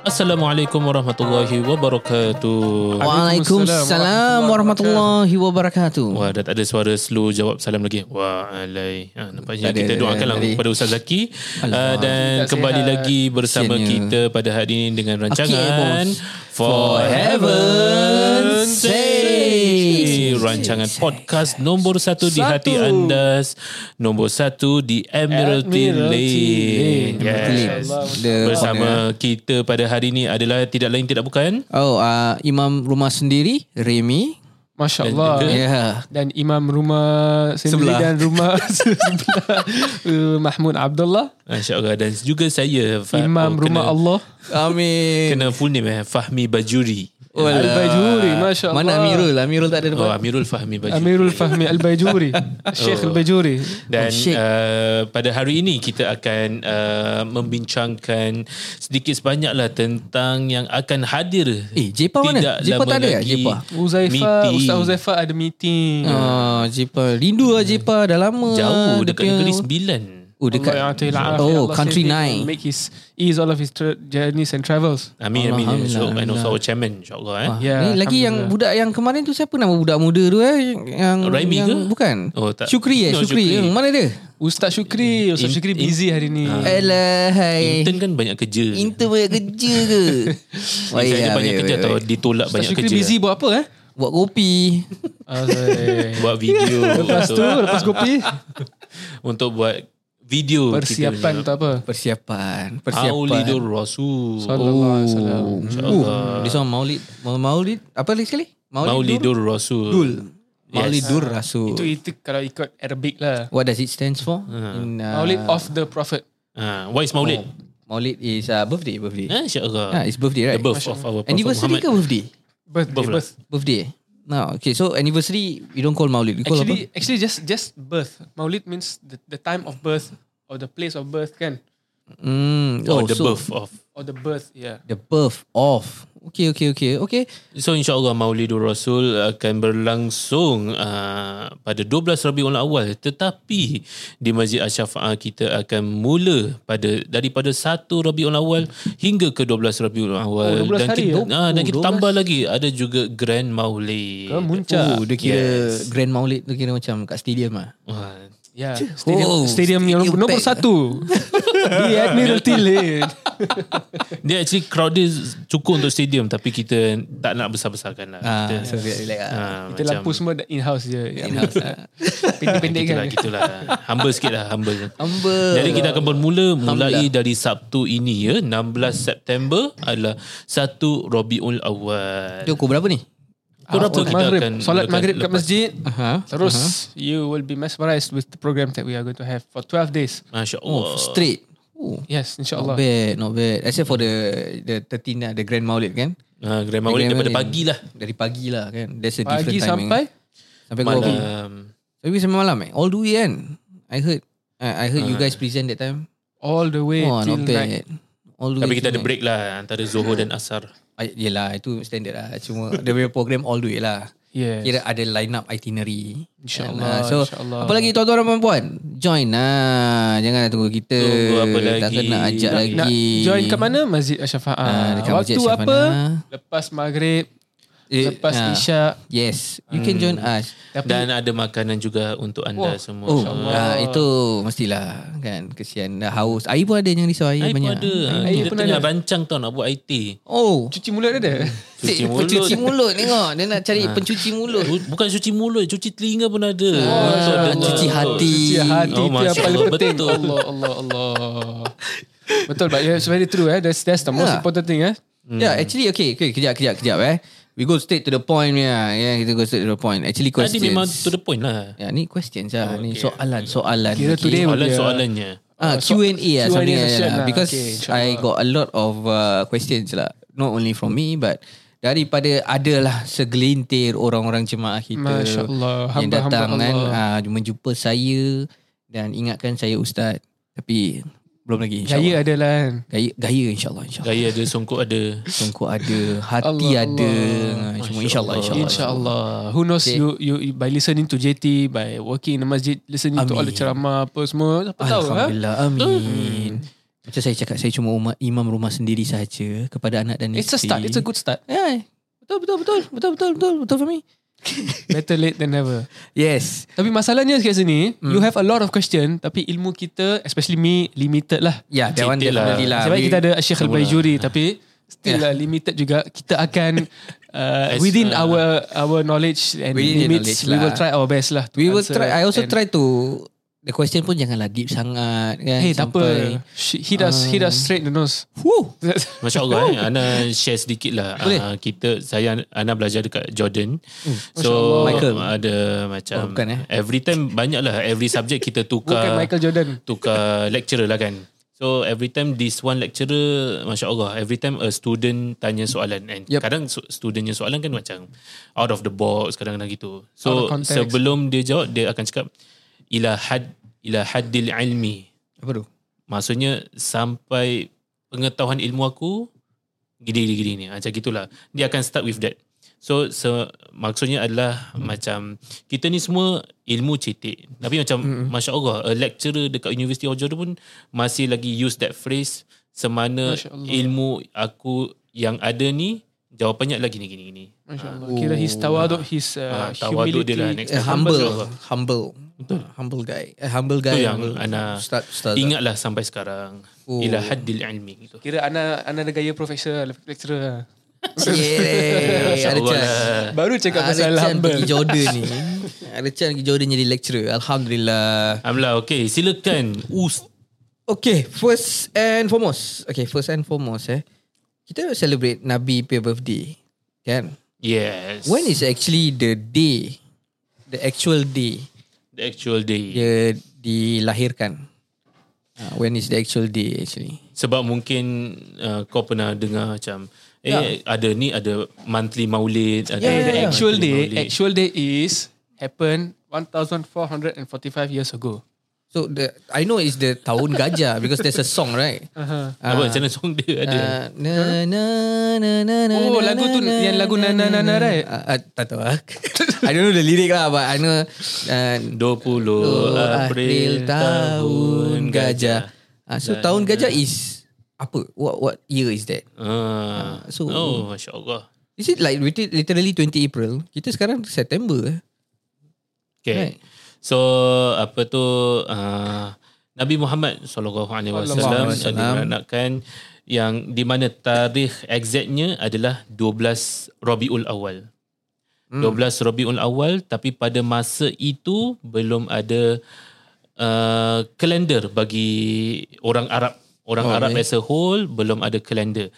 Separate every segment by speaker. Speaker 1: Assalamualaikum warahmatullahi wabarakatuh.
Speaker 2: Waalaikumsalam warahmatullahi wabarakatuh.
Speaker 1: Wah, dah tak ada suara slow jawab salam lagi. Waalai. Ha, nampaknya
Speaker 2: Tak ada,
Speaker 1: kita
Speaker 2: tak ada,
Speaker 1: doakanlah
Speaker 2: tak ada.
Speaker 1: kepada Ustaz Zaki uh, dan kembali lagi bersama
Speaker 2: Kesiannya.
Speaker 1: kita pada hari ini dengan rancangan
Speaker 2: bos.
Speaker 1: For Heaven's Sake.
Speaker 2: sake.
Speaker 1: Rancangan podcast nombor satu, di hati anda, nombor satu di Admiralty Lane.
Speaker 3: Admiralty
Speaker 2: Yes.
Speaker 1: Yes. Bersama kita pada hari ini adalah tidak lain tidak bukan
Speaker 2: Oh, uh, imam rumah sendiri, Remy.
Speaker 3: Masya Allah.
Speaker 1: Dan
Speaker 2: Ya.
Speaker 1: juga-
Speaker 2: Yeah.
Speaker 3: Dan imam rumah sendiri
Speaker 2: Sebelah.
Speaker 3: dan rumah sebelah uh, Mahmud Abdullah.
Speaker 1: Masya Allah Ah, Dan juga saya Fa- oh,
Speaker 3: imam rumah
Speaker 1: kena,
Speaker 3: Allah.
Speaker 2: Amin.
Speaker 1: Kena full name eh Fahmi Bajuri
Speaker 2: Oh,
Speaker 3: Oh, Al-Bajuri. Masya Allah.
Speaker 2: Mana Amirul? Amirul tak ada
Speaker 1: Oh
Speaker 2: depan.
Speaker 1: Amirul Fahmi Bajuri
Speaker 3: Amirul Fahmi Al-Bajuri. Syekh Al-Bajuri.
Speaker 1: Dan
Speaker 2: Oh, shit.
Speaker 1: uh, pada hari ini kita akan uh, membincangkan sedikit sebanyaklah tentang yang akan hadir
Speaker 2: Eh, Jepa mana?
Speaker 1: Oh. Tidak
Speaker 2: Jepa
Speaker 1: lama
Speaker 2: tak ada ya,
Speaker 1: lagi.
Speaker 2: Jepa?
Speaker 3: Uzaifa,
Speaker 1: Meeting.
Speaker 3: Ustaz Uzaifa ada meeting.
Speaker 2: Ah, Jepa. Rindu lah Jepa. Dah lama.
Speaker 1: Ya. Jauh
Speaker 2: dia
Speaker 1: dekat
Speaker 2: punya-
Speaker 1: negeri
Speaker 2: Oh,
Speaker 1: 9
Speaker 2: dekat.
Speaker 3: Allah yang ta'ala afiyah.
Speaker 2: Oh,
Speaker 3: Allah
Speaker 2: country
Speaker 3: save him.
Speaker 2: nine.
Speaker 3: Make his ease all of his tra- journeys and travels.
Speaker 1: Amin amin so,
Speaker 2: Alhamdulillah,
Speaker 1: And also our chairman InsyaAllah eh.
Speaker 2: Ah,
Speaker 3: Ya,
Speaker 2: ni lagi yang budak yang kemarin tu siapa nama budak muda tu eh? Yang,
Speaker 1: Raimi
Speaker 2: yang
Speaker 1: ke?
Speaker 2: Bukan.
Speaker 1: Oh, tak.
Speaker 2: Syukri eh?
Speaker 1: No,
Speaker 2: Syukri.
Speaker 1: Syukri. Hmm.
Speaker 2: Yang mana dia?
Speaker 3: Ustaz Syukri. Ustaz
Speaker 1: In-
Speaker 3: Syukri
Speaker 1: in-
Speaker 3: busy hari ni.
Speaker 2: Ah,
Speaker 3: Eh,
Speaker 2: Alah, hai.
Speaker 1: Intern kan banyak kerja
Speaker 2: Intern banyak kerja ke? Wah,
Speaker 1: Saya
Speaker 2: ya,
Speaker 1: banyak
Speaker 2: weh,
Speaker 1: kerja
Speaker 2: weh,
Speaker 1: Atau
Speaker 2: weh.
Speaker 1: ditolak
Speaker 3: Ustaz
Speaker 1: banyak
Speaker 3: Syukri
Speaker 1: kerja
Speaker 3: busy buat apa eh?
Speaker 2: Buat kopi.
Speaker 1: Buat video
Speaker 3: Lepas tu,
Speaker 1: untuk-
Speaker 3: lepas kopi.
Speaker 1: Untuk buat video
Speaker 3: Persiapan
Speaker 1: kita punya.
Speaker 3: tak apa.
Speaker 2: Persiapan.
Speaker 1: Aulidur
Speaker 2: Persiapan. Oh,
Speaker 1: Rasul Oh,
Speaker 3: Sallallahu alaihi wasallam.
Speaker 2: Hmm.
Speaker 1: InsyaAllah
Speaker 2: This one maulid. Ma- Maulid. Apa lagi sekali?
Speaker 1: Maulidur Rasul
Speaker 2: Dul.
Speaker 1: Yes.
Speaker 2: Maulidur Rasul.
Speaker 3: Itu itu kalau ikut Arabic lah.
Speaker 2: What does it stands for? In, uh,
Speaker 3: Maulid of the Prophet.
Speaker 1: ha, What is Maulid?
Speaker 2: Maulid is uh, birthday. Birthday.
Speaker 1: Ha, InsyaAllah
Speaker 2: Oh. Ah, it's birthday right?
Speaker 1: The birth of our Prophet
Speaker 2: Anniversary
Speaker 1: Muhammad
Speaker 2: ke birthday?
Speaker 3: Birthday,
Speaker 1: Birth lah.
Speaker 3: birth.
Speaker 2: Birthday. No, okay. So anniversary, we don't call Maulid. We call
Speaker 3: Actually, actually just just birth. Maulid means the, the time of birth or the place of birth kan?
Speaker 2: apa? Mm,
Speaker 1: Or Oh, the
Speaker 2: so
Speaker 1: birth of
Speaker 3: Or the birth, yeah.
Speaker 2: The birth of. Okay, okay, okay, okay.
Speaker 1: So insyaAllah Maulidur Rasul akan berlangsung uh, pada 12 Rabiul Awal tetapi di Masjid Asyafa'a kita akan mula pada daripada 1 Rabiul Awal hingga ke 12 Rabiul Awal
Speaker 3: Oh, 12
Speaker 1: dan
Speaker 3: hari
Speaker 1: kita,
Speaker 3: ya?
Speaker 1: ah, dan
Speaker 2: Oh,
Speaker 1: kita
Speaker 2: 12.
Speaker 1: tambah lagi ada juga Grand Maulid.
Speaker 3: Ke Muncak.
Speaker 2: Oh, dia kira
Speaker 1: Yes.
Speaker 2: Grand Maulid tu kira macam kat stadium lah.
Speaker 1: Wah,
Speaker 3: Yeah. Stadium,
Speaker 2: Oh,
Speaker 3: stadium, yang
Speaker 2: stadium
Speaker 3: nombor
Speaker 2: pack.
Speaker 3: satu. Di Admiralty Lane.
Speaker 1: Dia actually crowd dia cukup untuk stadium tapi kita tak nak besar-besarkan lah.
Speaker 2: Ah,
Speaker 1: kita,
Speaker 2: so relax relax lah.
Speaker 1: ah,
Speaker 3: Kita
Speaker 1: macam-
Speaker 3: lampu semua dah in-house je. Ya,
Speaker 2: In-house lah.
Speaker 3: Pendek-pendek kan?
Speaker 1: Gitulah, gitulah. Humble sikit lah, humble.
Speaker 2: Humble.
Speaker 1: Jadi kita akan bermula mulai dari Sabtu ini ya, 16 September adalah 1 Rabiul Awal.
Speaker 2: Dia pukul berapa ni?
Speaker 1: Pukul berapa
Speaker 3: After
Speaker 1: kita
Speaker 3: maghrib,
Speaker 1: akan
Speaker 3: solat
Speaker 1: lepas-
Speaker 3: maghrib kat
Speaker 1: lepas-
Speaker 3: masjid.
Speaker 1: Ha?
Speaker 2: Aha.
Speaker 3: Terus you will be mesmerized with the program that we are going to have for 12 days.
Speaker 1: Masya Allah.
Speaker 2: Oh, straight. Oh,
Speaker 3: Yes,
Speaker 2: not
Speaker 3: insyaAllah.
Speaker 2: bad, not bad. Except for the the 13 lah, the Grand Maulid kan?
Speaker 1: Ah, Grand Maulid
Speaker 2: Grand
Speaker 1: daripada
Speaker 2: Maulid.
Speaker 1: pagi lah.
Speaker 2: Dari pagi lah kan. There's a
Speaker 3: Pagi
Speaker 2: different timing.
Speaker 3: sampai
Speaker 2: sampai malam.
Speaker 1: Malam.
Speaker 2: Tapi sampai malam eh. All the way kan. I heard I, I heard
Speaker 1: Ah.
Speaker 2: you guys present that time.
Speaker 3: all the way
Speaker 2: Oh,
Speaker 3: till
Speaker 2: not bad.
Speaker 3: night.
Speaker 2: All the
Speaker 1: Tapi
Speaker 2: way
Speaker 1: kita
Speaker 2: till
Speaker 1: ada
Speaker 2: night.
Speaker 1: break lah antara Zuhur dan Asar.
Speaker 2: Ah, yelah, itu standard lah. Cuma dia punya program all the way lah.
Speaker 3: Yes.
Speaker 2: Kira ada line up itinerary.
Speaker 3: InsyaAllah,
Speaker 2: Ah, so,
Speaker 3: insyaAllah.
Speaker 2: apa lagi tuan-tuan dan perempuan? Join lah. Jangan tunggu kita.
Speaker 1: Tunggu apa
Speaker 2: Tak
Speaker 1: lagi?
Speaker 2: kena ajak
Speaker 1: Nak-
Speaker 2: lagi.
Speaker 3: Nak join kat mana? Masjid
Speaker 2: Ah,
Speaker 3: Ash-Shafa'ah.
Speaker 2: dekat Masjid
Speaker 3: Waktu
Speaker 2: Ash-Shafa'ah.
Speaker 3: apa? Lepas maghrib.
Speaker 2: Eh,
Speaker 3: lepas
Speaker 2: ah.
Speaker 3: isyak.
Speaker 2: Yes. You can join
Speaker 1: Hmm.
Speaker 2: us.
Speaker 1: Dan ada makanan juga untuk anda semua.
Speaker 2: Oh,
Speaker 1: InsyaAllah.
Speaker 2: ah, itu mestilah kan. Kesian dah haus. Air pun ada jangan risau. Air,
Speaker 1: Air pun
Speaker 2: banyak.
Speaker 1: ada.
Speaker 3: Air
Speaker 1: Kita
Speaker 3: pun
Speaker 1: tengah
Speaker 3: ada.
Speaker 1: rancang tau nak buat IT.
Speaker 2: Oh.
Speaker 3: Cuci mulut ada?
Speaker 1: Cuci mulut.
Speaker 2: Cuci
Speaker 1: Ah.
Speaker 2: mulut. Pencuci mulut tengok. Dia nak cari pencuci mulut.
Speaker 1: Bu- Bukan cuci mulut, cuci telinga pun ada. So,
Speaker 2: Ah,
Speaker 1: ada
Speaker 2: cuci
Speaker 1: juga.
Speaker 2: hati.
Speaker 3: Cuci hati
Speaker 1: Oh,
Speaker 3: oh, itu yang
Speaker 1: Masya
Speaker 3: paling
Speaker 1: Allah,
Speaker 3: penting.
Speaker 1: betul.
Speaker 3: Allah, Allah, Allah. Betul, but yeah, it's very true. Eh. That's, that's the most
Speaker 2: Yeah.
Speaker 3: important thing. Eh.
Speaker 2: Yeah, actually okay, okay, kejap, kejap, kejap eh. We go straight to the point ya. Yeah, kita go straight to the point. Actually
Speaker 1: Tadi
Speaker 2: questions.
Speaker 1: memang to the point lah.
Speaker 2: Ya, ni questions lah. Ni soalan, soalan.
Speaker 3: Kira
Speaker 2: Okay.
Speaker 3: today
Speaker 1: Soalan
Speaker 3: dia-
Speaker 1: soalannya.
Speaker 2: Ah,
Speaker 3: so-
Speaker 2: Q&A lah
Speaker 3: Q&A
Speaker 2: something like
Speaker 3: session
Speaker 2: that lah.
Speaker 3: lah.
Speaker 2: Because
Speaker 3: Okay, insyaAllah.
Speaker 2: I got a lot of uh, questions lah. Not only from me but daripada adalah segelintir orang-orang jemaah kita
Speaker 3: Masya Allah.
Speaker 2: yang
Speaker 3: Hamba-hamba
Speaker 2: datang kan
Speaker 3: Allah.
Speaker 2: uh, menjumpa saya dan ingatkan saya ustaz. Tapi belum lagi
Speaker 3: Gaya
Speaker 2: insyaAllah.
Speaker 3: adalah kan.
Speaker 2: Gaya, gaya insyaAllah. insyaAllah.
Speaker 1: Gaya ada, songkok ada.
Speaker 2: Sungguh ada Hati
Speaker 3: Allah,
Speaker 2: ada Ha,
Speaker 3: Allah.
Speaker 2: Cuma insyaAllah InsyaAllah
Speaker 3: InsyaAllah. Who knows
Speaker 2: Okay.
Speaker 3: you, you you- by listening to JT, by working in the masjid, listening to all the
Speaker 2: Amin.
Speaker 3: ceramah apa semua, siapa tahu ha?
Speaker 2: Alhamdulillah Amin Macam saya cakap Saya cuma umat, imam rumah sendiri sahaja Kepada anak dan
Speaker 3: It's
Speaker 2: isteri
Speaker 3: a start. It's a good start.
Speaker 2: yeah, eh. Betul betul betul Betul betul betul Betul for me
Speaker 3: Better late than never.
Speaker 2: Yes
Speaker 3: Tapi masalahnya kat sini,
Speaker 2: Hmm.
Speaker 3: mm. you have a lot of question tapi ilmu kita, especially me, limited lah.
Speaker 2: Yeah that one
Speaker 1: Sedikit lah.
Speaker 2: definitely lah
Speaker 3: Sebab
Speaker 2: We-
Speaker 3: kita ada Syekh Al-Baijuri tapi still
Speaker 2: Yeah.
Speaker 3: yeah. limited juga. Kita akan uh,
Speaker 1: As,
Speaker 3: within
Speaker 1: uh,
Speaker 3: our our knowledge and
Speaker 2: Within the
Speaker 3: limits,
Speaker 2: knowledge
Speaker 3: we will
Speaker 2: lah.
Speaker 3: try our best lah. to
Speaker 2: We will
Speaker 3: answer
Speaker 2: try I also
Speaker 3: and-
Speaker 2: try to The question pun janganlah deep sangat kan,
Speaker 3: Hey, Eh, tak
Speaker 2: sampai- Um,
Speaker 3: apa. She, hit us, hit us straight in the nose.
Speaker 2: Woo.
Speaker 1: Masya Allah eh. Ana share sedikit lah.
Speaker 2: Boleh.
Speaker 1: Ah, kita, saya, Ana belajar dekat Jordan. so,
Speaker 3: Allah.
Speaker 2: Michael.
Speaker 1: ada macam,
Speaker 2: Oh, bukan, eh.
Speaker 1: every time banyak lah. Every subject kita tukar.
Speaker 3: Bukan Michael Jordan.
Speaker 1: tukar lecturer lah kan. So every time this one lecturer, Masya Allah, every time a student tanya soalan and
Speaker 2: Yep.
Speaker 1: yep. kadang su- studentnya soalan kan macam out of the box kadang-kadang gitu.
Speaker 3: Out of
Speaker 1: So
Speaker 3: context.
Speaker 1: sebelum dia jawab, dia akan cakap ila had ila haddil ilmi.
Speaker 2: Apa tu?
Speaker 1: Maksudnya sampai pengetahuan ilmu aku gini gini gini ni. Macam gitulah. Dia akan start with that. So, so maksudnya adalah hmm. macam kita ni semua ilmu cetek. Tapi macam hmm. Masya Allah, a lecturer dekat University of Jordan pun masih lagi use that phrase semana
Speaker 3: Masya Allah.
Speaker 1: ilmu aku yang ada ni jawapannya adalah gini gini gini.
Speaker 3: Masya Allah. Kira his tawaduk, his
Speaker 1: Ah,
Speaker 3: uh,
Speaker 1: tawaduk
Speaker 3: humility.
Speaker 1: dia lah next
Speaker 2: Eh,
Speaker 1: time.
Speaker 2: humble,
Speaker 1: Masya Allah.
Speaker 2: humble, betul. humble guy, eh, humble guy.
Speaker 1: Itu yang
Speaker 2: humble.
Speaker 1: anak
Speaker 2: Ustaz, ustaz.
Speaker 1: Ingatlah sampai sekarang.
Speaker 2: Oh. Eh,
Speaker 1: Ila haddil ilmi gitu.
Speaker 3: Kira anak anak ada gaya profesor, lecturer. lah.
Speaker 2: Yeah, ada
Speaker 1: Allah
Speaker 2: chance.
Speaker 1: lah.
Speaker 3: Baru cakap
Speaker 2: Ah, Ada
Speaker 3: pasal
Speaker 2: chance pergi
Speaker 3: humble.
Speaker 2: Jordan ni. Ada chance pergi Jordan jadi lecturer. Alhamdulillah.
Speaker 1: Amla, okay. Silakan. Us.
Speaker 2: Okay, first and foremost. Okay, first and foremost eh. Kita celebrate Nabi punya birthday. Kan?
Speaker 1: Yes.
Speaker 2: When is actually the day, the actual day
Speaker 1: the actual day? Yeah.
Speaker 2: dia dilahirkan? Uh, when is the actual day actually?
Speaker 1: Sebab mungkin uh, kau pernah dengar macam eh ada ni ada monthly maulid, ada
Speaker 3: Yeah, the
Speaker 1: monthly
Speaker 3: Ya, actual day,
Speaker 1: maulid.
Speaker 3: actual day is happened 1445 years ago.
Speaker 2: So the I know it's the tahun gajah because there's a song right. Ah,
Speaker 3: Uh-huh.
Speaker 1: apa macam mana song dia ada?
Speaker 2: Uh, na na na na na.
Speaker 3: Oh, lagu tu- yang lagu na- na- na- na, right?
Speaker 2: Uh, uh, tak tahu. ah. I don't know the lyric lah but I know oh,
Speaker 1: 20
Speaker 2: uh,
Speaker 1: April tahun gajah.
Speaker 2: Ah, so tahun gajah is apa? What what year is that?
Speaker 1: Ah.
Speaker 2: so-
Speaker 1: oh, masya-Allah.
Speaker 2: Is it like lit- literally 20 April? Kita sekarang September. eh?
Speaker 1: Okay.
Speaker 2: Right.
Speaker 1: Right. So apa tu uh, Nabi Muhammad sallallahu alaihi
Speaker 3: Sallallahu
Speaker 1: wasallam
Speaker 2: alaihi wasallam.
Speaker 1: diranakkan yang di mana tarikh exactnya adalah 12 Rabiul Awal.
Speaker 2: Hmm.
Speaker 1: 12 Rabiul Awal tapi pada masa itu belum ada uh, kalender bagi orang Arab. Orang
Speaker 2: Oh,
Speaker 1: oh, Arab
Speaker 2: okay.
Speaker 1: as a whole belum ada kalender.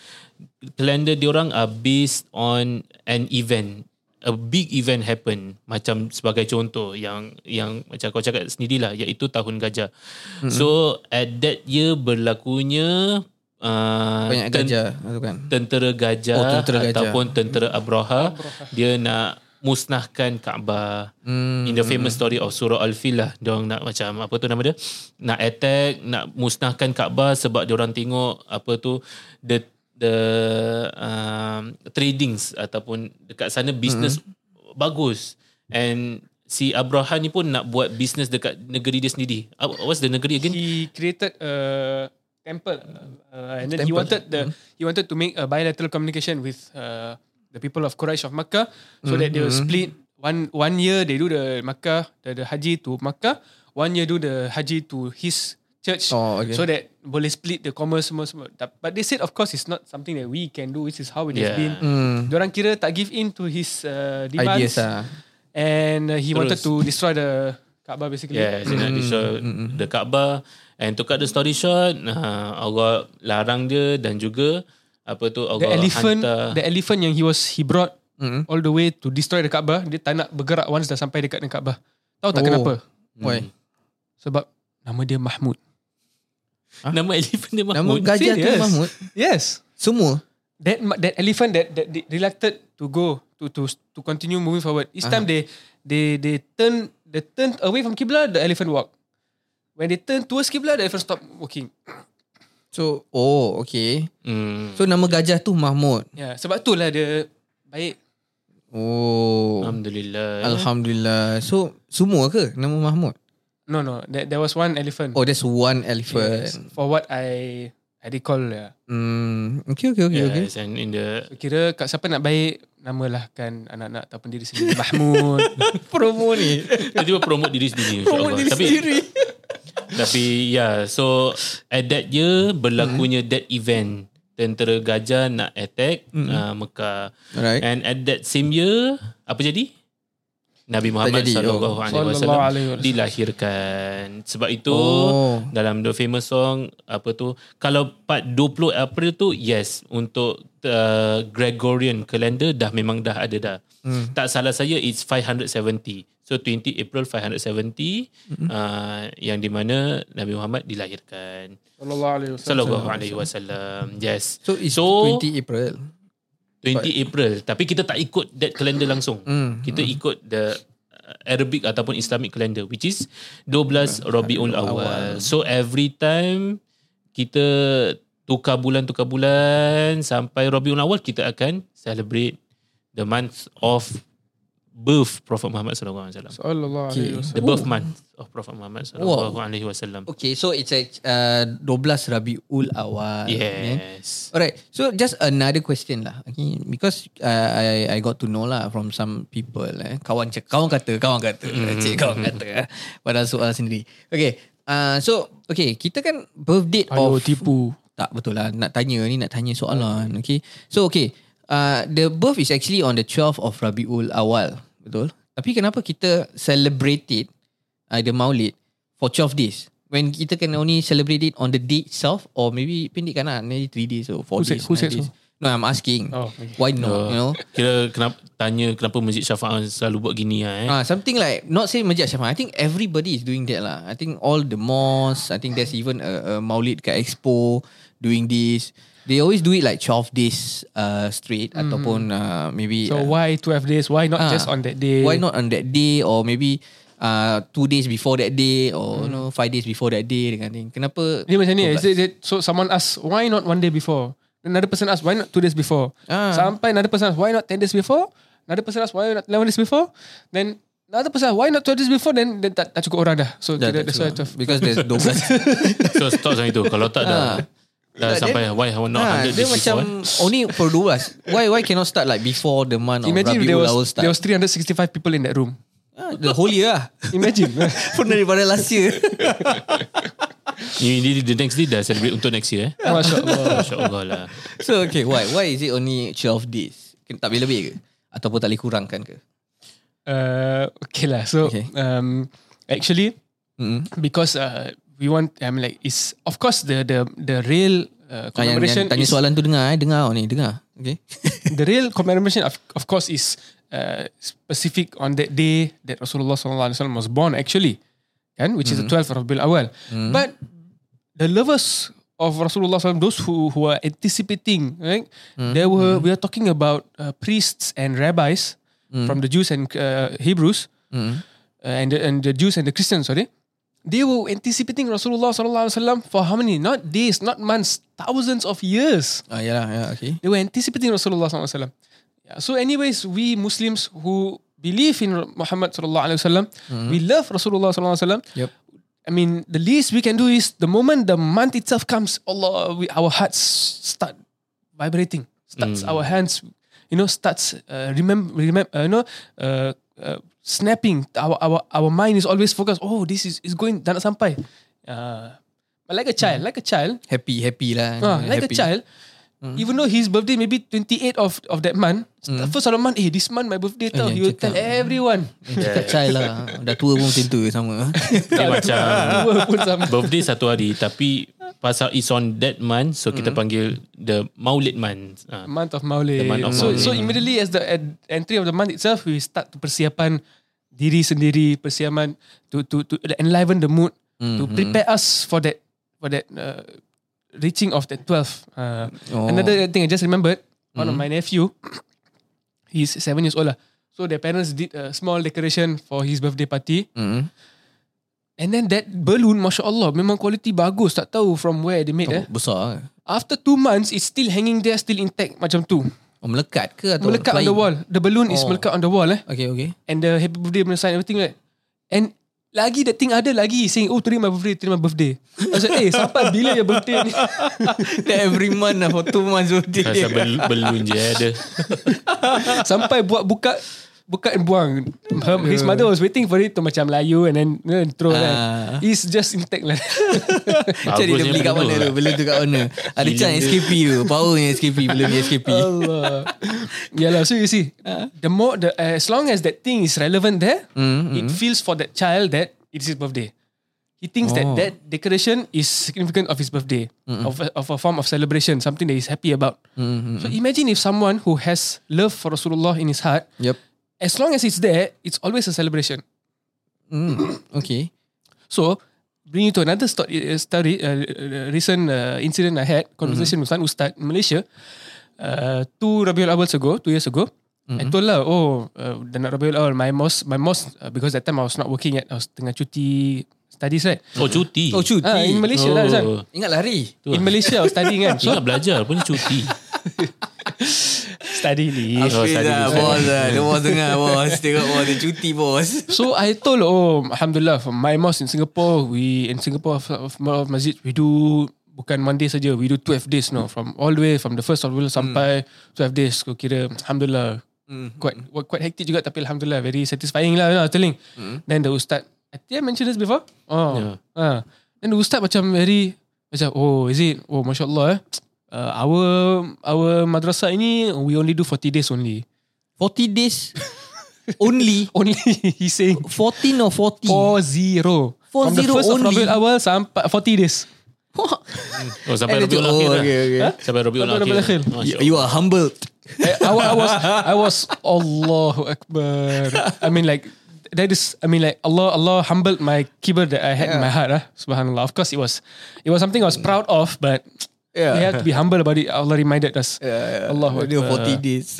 Speaker 1: Kalender diorang are uh, based on an event. A big event happen macam sebagai contoh yang yang macam kau cakap sendirilah iaitu tahun gajah. Mm-hmm. So at that year berlakunya uh,
Speaker 2: Banyak
Speaker 1: ten-
Speaker 2: gajah tu kan.
Speaker 1: tentera gajah
Speaker 2: Oh,
Speaker 1: oh,
Speaker 2: tentera
Speaker 1: tentera
Speaker 2: gajah.
Speaker 1: ataupun tentera Abraha dia nak musnahkan Kaabah
Speaker 2: Hmm.
Speaker 1: in the famous story of surah al-filah dia orang nak macam apa tu nama dia nak attack nak musnahkan Kaabah sebab dia orang tengok apa tu the the um, tradings ataupun dekat sana business
Speaker 2: Hmm.
Speaker 1: bagus and si Abraha ni pun nak buat business dekat negeri dia sendiri Ah, what's the negeri again
Speaker 3: He created a temple uh, and then
Speaker 2: Temple.
Speaker 3: he
Speaker 2: Mm-hmm.
Speaker 3: wanted the he wanted to make a bilateral communication with uh, the people of Quraysh of Makkah so that they will
Speaker 2: Mm-hmm.
Speaker 3: split one one year they do the Makkah the, the Haji to Makkah one year do the Haji to his church
Speaker 2: Oh, okay.
Speaker 3: so that boleh split the commerce semua semua Ta- but they said of course it's not something that we can do which is how it
Speaker 1: Yeah.
Speaker 3: has been
Speaker 2: Hmm.
Speaker 3: Diorang kira tak give in to his uh,
Speaker 2: Ideas
Speaker 3: demands
Speaker 2: ah.
Speaker 3: and uh, he
Speaker 1: Terus.
Speaker 3: wanted to destroy the Kaabah basically
Speaker 1: Yeah, dia nak
Speaker 2: mm,
Speaker 1: destroy the Kaabah. And to cut the story short, uh, Allah larang dia dan juga apa tu Allah
Speaker 3: the elephant
Speaker 1: hantar.
Speaker 3: the elephant yang he was he brought
Speaker 2: Mm-mm.
Speaker 3: all the way to destroy the Kaabah dia tak nak bergerak once dah sampai dekat dengan Kaabah tahu
Speaker 2: Oh.
Speaker 3: tak oh. kenapa
Speaker 2: Why?
Speaker 1: Hmm.
Speaker 3: sebab nama dia Mahmud
Speaker 1: Nama elephant dia
Speaker 2: Nama
Speaker 1: Mahmud.
Speaker 2: gajah tu
Speaker 3: serious?
Speaker 2: Mahmud.
Speaker 3: yes
Speaker 2: Semua.
Speaker 3: that ma- that elephant that, that they relucted to go to to to continue moving forward each time they they they turn they turn away from Qibla the elephant walk when they turn towards Qibla the elephant stop walking
Speaker 2: So oh okay.
Speaker 1: Hmm.
Speaker 2: So nama gajah tu Mahmud.
Speaker 3: yeah sebab tu lah dia baik
Speaker 2: Oh.
Speaker 1: Alhamdulillah.
Speaker 2: Eh? Alhamdulillah. So semua ke nama Mahmud?
Speaker 3: No, no. There, there was one elephant.
Speaker 2: Oh, there's one
Speaker 3: Yes,
Speaker 2: elephant.
Speaker 3: For what I I recall lah.
Speaker 2: Hmm. Okay, okay, okay, okay.
Speaker 1: Yes, and in the
Speaker 3: So, kira kat siapa nak baik, namalah kan anak-anak ataupun diri sendiri. Mahmud.
Speaker 2: Promo ni.
Speaker 1: tiba-tiba promote diri sendiri insyaAllah.
Speaker 2: Promote diri
Speaker 1: Tapi-
Speaker 2: sendiri.
Speaker 1: Tapi ya yeah, so at that year berlakunya
Speaker 2: Mm-hmm.
Speaker 1: that event tentera gajah nak attack mm. uh, Mekah.
Speaker 2: Alright.
Speaker 1: And at that same year apa jadi? Nabi Muhammad
Speaker 2: jadi,
Speaker 1: sallallahu
Speaker 2: oh.
Speaker 1: alaihi
Speaker 3: Sallallahu alaihi
Speaker 1: wasallam
Speaker 3: wasallam.
Speaker 1: dilahirkan. Sebab itu
Speaker 2: Oh.
Speaker 1: dalam the famous song apa tu kalau part 20 April tu yes untuk uh, Gregorian calendar dah memang dah ada dah. Hmm. Tak salah saya it's 570. So 20 April 570 hmm. uh, yang di mana Nabi Muhammad dilahirkan.
Speaker 3: Sallallahu alaihi wasallam.
Speaker 1: Sallallahu alaihi wasallam. Yes.
Speaker 2: So it's
Speaker 1: So-
Speaker 2: 20 April.
Speaker 1: 20 April tapi kita tak ikut that calendar langsung.
Speaker 2: Hmm,
Speaker 1: Kita ikut the uh, Arabic ataupun Islamic calendar which is 12
Speaker 2: Hmm.
Speaker 1: Rabiul Awal. So every time kita tukar bulan tukar bulan sampai Rabiul Awal kita akan celebrate the month of birth Prophet Muhammad sallallahu alaihi wasallam.
Speaker 3: Sallallahu alaihi
Speaker 2: Okay.
Speaker 3: wasallam.
Speaker 1: The birth month of Prophet Muhammad sallallahu alaihi wasallam.
Speaker 2: Okay, so it's like uh, 12 Rabiul Awal. eh?
Speaker 1: Yes.
Speaker 2: Alright, so just another question lah. Okay, because uh, I I got to know lah from some people. Eh. Kawan cek, kawan kata, kawan kata,
Speaker 1: Hmm.
Speaker 2: cik kawan kata. Eh. Padahal soal sendiri. Okay, uh, so okay kita kan birth date
Speaker 3: Ayo,
Speaker 2: of
Speaker 3: tipu.
Speaker 2: tak betul lah nak tanya ni nak tanya soalan. Okay, so okay, uh, the birth is actually on the 12th of Rabiul Awal, betul? Tapi kenapa kita celebrate it, uh, the Maulid for 12 days? When kita can only celebrate it on the day itself or maybe pendekkan lah, maybe 3 days or 4
Speaker 3: Who said-
Speaker 2: days.
Speaker 3: who
Speaker 2: nine
Speaker 3: said
Speaker 2: days.
Speaker 3: so?
Speaker 2: No, I'm asking.
Speaker 3: Oh, okay.
Speaker 2: Why not, you know?
Speaker 1: Kira kenapa tanya kenapa masjid Syafaat selalu buat gini lah eh.
Speaker 2: Ah, something like not say Masjid Syafa. I think everybody is doing that lah. I think all the mosques. I think there's even a, a Maulid kat Expo doing this. They always do it like 12 days uh, straight ataupun uh, maybe
Speaker 3: Mm-hmm.
Speaker 2: uh,
Speaker 3: So why 12 days? Why not
Speaker 2: Ah.
Speaker 3: just on that day?
Speaker 2: why not on that day or maybe uh, two days before that day or you know five days before that day that kind of thing. Kenapa?
Speaker 3: Mm. Dia macam ni. Is
Speaker 2: 12?
Speaker 3: it, is it, so someone asked, why not one day before? Another person asked, why not two days before?
Speaker 2: Ah.
Speaker 3: Sampai another person asked, why not 10 days before? Another person asked, why not 11 days before? Then another person asked, why not 12 days before? Then, then tak, tak cukup orang dah. So
Speaker 2: Dah,
Speaker 3: kira,
Speaker 2: tak
Speaker 3: that's why
Speaker 2: cakap.
Speaker 3: 12.
Speaker 2: because there's 12
Speaker 1: So stop sampai itu. Kalau tak dah
Speaker 2: Ah.
Speaker 1: dah
Speaker 2: Tak,
Speaker 1: sampai
Speaker 2: dia-
Speaker 1: why not
Speaker 2: Ah,
Speaker 1: 100
Speaker 2: dia macam only for 12 why why cannot start like before the month
Speaker 3: Imagine
Speaker 2: of
Speaker 3: if there
Speaker 2: Rabiul Awal
Speaker 3: was,
Speaker 2: start
Speaker 3: there was 365 people in that room.
Speaker 2: Ah, the whole year lah
Speaker 3: Imagine.
Speaker 2: pun daripada last year
Speaker 1: Ini ini- the next day dah celebrate untuk next year eh.
Speaker 3: Masya Allah.
Speaker 1: Masya-Allah lah.
Speaker 2: So okay why Why is it only 12 days Ken- Tak boleh lebih ke Ataupun tak boleh kurangkan ke
Speaker 3: Uh, okay lah. So
Speaker 2: Okay.
Speaker 3: um, actually,
Speaker 2: Mm-mm.
Speaker 3: because uh, we want, I mean like, it's, of course, the the the real uh,
Speaker 2: Ah, yang, yang
Speaker 3: commemoration
Speaker 2: tanya
Speaker 3: is-
Speaker 2: soalan tu dengar eh Dengar ni dengar Okay
Speaker 3: the real commemoration of, of course is uh, specific on that day that Rasulullah sallallahu alaihi wasallam was born actually kan which
Speaker 2: Mm-hmm.
Speaker 3: is the 12th of Rabiul Awal but the lovers of Rasulullah SAW, those who who are anticipating right there were
Speaker 2: Mm-hmm.
Speaker 3: we are talking about uh, priests and rabbis
Speaker 2: Mm-hmm.
Speaker 3: from the Jews and uh, Hebrews uh, and the, and the Jews and the Christians sorry they were anticipating Rasulullah sallallahu alaihi wasallam for how many not days not months thousands of years
Speaker 2: ah, Yalah ya, okay
Speaker 3: they were anticipating Rasulullah SAW. Yeah. So, anyways, we Muslims who believe in Muhammad sallallahu alaihi wasallam, we love Rasulullah sallallahu alaihi wasallam.
Speaker 2: Yep.
Speaker 3: I mean, the least we can do is the moment the month itself comes, Allah, we, our hearts start vibrating, starts our hands, you know, starts uh, remember, remember, uh, you know, uh, uh, snapping. Our our our mind is always focused. Oh, this is is going dah nak sampai. Uh, like a child, like a child,
Speaker 2: Happy happy lah
Speaker 3: Ah, like
Speaker 2: Mm, happy.
Speaker 3: a child, even though his birthday maybe 28 of of that month, the first of the month, hey, this month my birthday tau,
Speaker 2: yang
Speaker 3: he will
Speaker 2: cakap.
Speaker 3: tell everyone.
Speaker 2: Cakap child lah Dah tua pun macam tu sama
Speaker 1: Dia macam
Speaker 3: Dua pun sama.
Speaker 1: birthday satu hari tapi pasal it's on that month so kita
Speaker 2: Hmm.
Speaker 1: panggil the Maulid month. Ah,
Speaker 3: Month of
Speaker 1: The
Speaker 3: Maulid.
Speaker 1: month of
Speaker 3: so,
Speaker 1: Maulid.
Speaker 3: so immediately as the at entry of the month itself, we start to persiapan diri sendiri, persiapan to to to enliven the mood,
Speaker 2: Mm-hmm.
Speaker 3: to prepare us for that for that uh, reaching of that 12. Uh,
Speaker 2: Oh.
Speaker 3: Another thing I just remembered, one of my nephew, he's seven years old lah. So their parents did a small decoration for his birthday party.
Speaker 2: Mm-mm.
Speaker 3: And then that balloon, Masya Allah, memang quality bagus. Tak tahu from where they made
Speaker 2: Oh,
Speaker 3: eh.
Speaker 2: Besar ke?
Speaker 3: After two months, it's still hanging there, still intact macam tu.
Speaker 2: oh, Melekat ke atau
Speaker 3: Melekat on the
Speaker 2: flying?
Speaker 3: wall. The balloon is
Speaker 2: Oh.
Speaker 3: melekat on the wall eh.
Speaker 2: Okay okay
Speaker 3: And the happy birthday punya sign, everything right. And Lagi that thing ada lagi saying, oh today my birthday, today my birthday. I was like, eh sampai bila your birthday ni?
Speaker 2: That every month lah For two months birthday
Speaker 1: Pasal
Speaker 2: dia.
Speaker 1: bel- belum je eh, ada.
Speaker 3: sampai buat buka buka and buang. Her, his mother was waiting for it to macam layu and then you know, throw
Speaker 2: Ah.
Speaker 3: lah. It's just intact lah.
Speaker 2: Cari dia beli kat
Speaker 1: lah.
Speaker 2: mana tu Beli tu kat mana Ada
Speaker 1: Gila
Speaker 2: chance
Speaker 1: dia.
Speaker 2: SKP tu Power yang SKP Belum yang SKP
Speaker 3: Allah. yeah lah. So you see, the more the uh, as long as that thing is relevant there, it feels for that child that it's his birthday. He thinks that
Speaker 2: Oh.
Speaker 3: that decoration is significant of his birthday, of, a, of a form of celebration, something that he's happy about.
Speaker 2: Hmm,
Speaker 3: So imagine if someone who has love for Rasulullah in his heart,
Speaker 2: Yep
Speaker 3: as long as it's there, it's always a celebration.
Speaker 2: mm. Okay
Speaker 3: So bring you to another sto- uh, story, uh, uh, recent uh, incident I had conversation with one ustad in Malaysia uh, two Rabiul Awals ago, two years ago. I told her, oh, uh, the Rabiul Awal, my mosque, my mosque, uh, because that time I was not working yet, I was tengah cuti studies, right?
Speaker 1: Oh, cuti.
Speaker 2: Oh cuti Ah,
Speaker 3: Ah, in Malaysia lah, Zan.
Speaker 1: Oh.
Speaker 2: Ingat lari
Speaker 1: lah.
Speaker 3: In Malaysia, I was studying kan. So,
Speaker 1: Ingat belajar pun cuti.
Speaker 3: study leave.
Speaker 1: Oh,
Speaker 2: Hafiz
Speaker 1: study
Speaker 2: lah
Speaker 1: leave.
Speaker 2: bos lah Dia bos dengar bos Tengok bos Dia cuti bos
Speaker 3: So I told oh alhamdulillah for my mosque in Singapore we in Singapore of, of, of masjid we do bukan one day saja we do 12 days no from all the way from the first of Ramadan sampai 12 days kau kira alhamdulillah
Speaker 2: Hmm.
Speaker 3: quite wa- quite hectic juga tapi alhamdulillah very satisfying lah you know, I was telling then the ustaz I think I mentioned this before oh
Speaker 1: Yeah.
Speaker 3: ah. then the ustaz macam very macam oh is it oh masya-Allah eh uh, our our madrasah ini we only do 40 days only
Speaker 2: 40 days Only
Speaker 3: only he saying
Speaker 2: 14 or 40
Speaker 3: Four zero.
Speaker 2: Four
Speaker 3: From the
Speaker 2: zero
Speaker 3: first of
Speaker 2: only.
Speaker 3: Rabiul awal sampai 40 days.
Speaker 1: Oh, sampai
Speaker 2: And dia
Speaker 1: Rabiul
Speaker 2: tu-
Speaker 1: Akhir
Speaker 2: oh,
Speaker 1: lah.
Speaker 2: okay, okay.
Speaker 1: Ha? Sampai Rabiul
Speaker 3: Sampai Rabiul
Speaker 1: Akhir.
Speaker 3: Akhir.
Speaker 1: Masya
Speaker 2: You are humbled
Speaker 3: I, Eh, I, wa- I was I was Allahu Akbar. I mean like that is I mean like Allah Allah humbled my kibber that I had in my heart. Ah, Subhanallah. Of course it was it was something I was proud of, but
Speaker 2: Yeah.
Speaker 3: we have to be humble about it. Allah reminded us. Ya. Allahu
Speaker 2: Dia
Speaker 3: Akbar.
Speaker 2: 40 days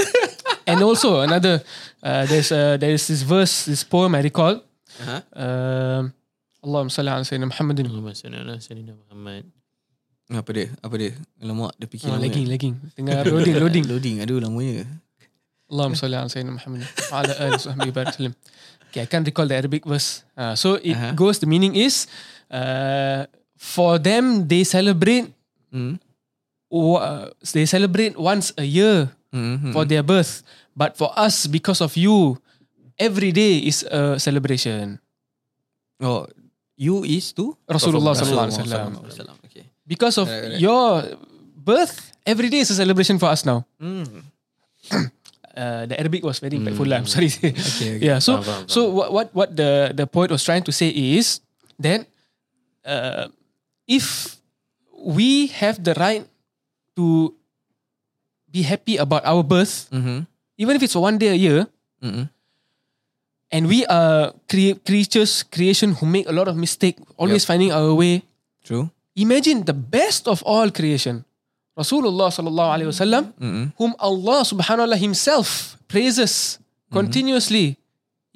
Speaker 3: And also another uh, there's uh, there is this verse, this poem I recall.
Speaker 2: Uh-huh.
Speaker 3: Um, Allahumma salli ala Sayyidina Muhammadin.
Speaker 1: Allah. Sayyidina Sayyidina Muhammad.
Speaker 2: Apa dia Apa dia Alamak dia fikir
Speaker 3: Oh,
Speaker 2: lama
Speaker 3: lagging, lagging. Tengah loading, loading.
Speaker 2: Loading aduh lamanya
Speaker 3: اللهم صل على سيدنا محمد وعلى آله وصحبه وبارك وسلم. Okay, I can't recall the Arabic verse. Uh, so it
Speaker 2: Uh-huh.
Speaker 3: goes, the meaning is, uh, for them, they celebrate,
Speaker 2: Hmm
Speaker 3: wa- uh, they celebrate once a year
Speaker 2: Hmm
Speaker 3: for their birth. But for us, because of you, every day is a celebration.
Speaker 2: Oh You is to
Speaker 3: Rasulullah sallallahu alaihi wasallam.
Speaker 2: Sallallahu alaihi wasallam. Okay
Speaker 3: Because of
Speaker 2: Right, right.
Speaker 3: your birth, every day is a celebration for us now.
Speaker 2: Hmm
Speaker 3: Uh, the Arabic was
Speaker 2: Mm.
Speaker 3: very impactful. lah. I'm sorry.
Speaker 2: Okay, okay.
Speaker 3: Yeah. So
Speaker 1: Faham, faham,
Speaker 3: so what what what the the poet was trying to say is that uh, if we have the right to be happy about our birth,
Speaker 2: Hmm
Speaker 3: even if it's one day a year,
Speaker 2: Hmm
Speaker 3: and we are crea- creatures creation who make a lot of mistake, always finding our way.
Speaker 2: True
Speaker 3: Imagine the best of all creation, Rasulullah sallallahu alaihi wasallam.
Speaker 2: Hmm
Speaker 3: whom Allah subhanahu wa ta'ala himself praises continuously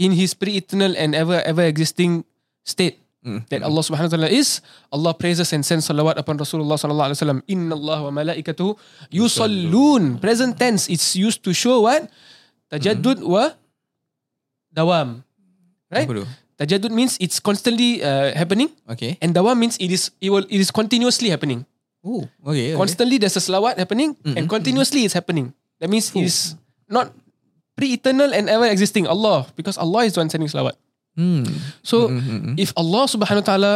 Speaker 3: in his pre-eternal and ever ever existing state
Speaker 2: Mm.
Speaker 3: that Allah subhanahu wa ta'ala is Allah praises and sends salawat upon Rasulullah sallallahu alaihi wasallam inna Allah wa malaikatuhu yusallun present tense it's used to show what tajaddud wa dawam right
Speaker 2: Apa tu
Speaker 3: tajaddud means it's constantly uh, happening
Speaker 2: Okay
Speaker 3: and dawam means it is it will it is continuously happening
Speaker 2: Oh Okay okay.
Speaker 3: Constantly there's a salawat happening and continuously it's happening. That means it is not pre-eternal and ever existing Allah because Allah is the one sending salawat.
Speaker 2: Hmm mm-hmm.
Speaker 3: So
Speaker 2: Mm-mm-mm.
Speaker 3: if Allah subhanahu wa ta'ala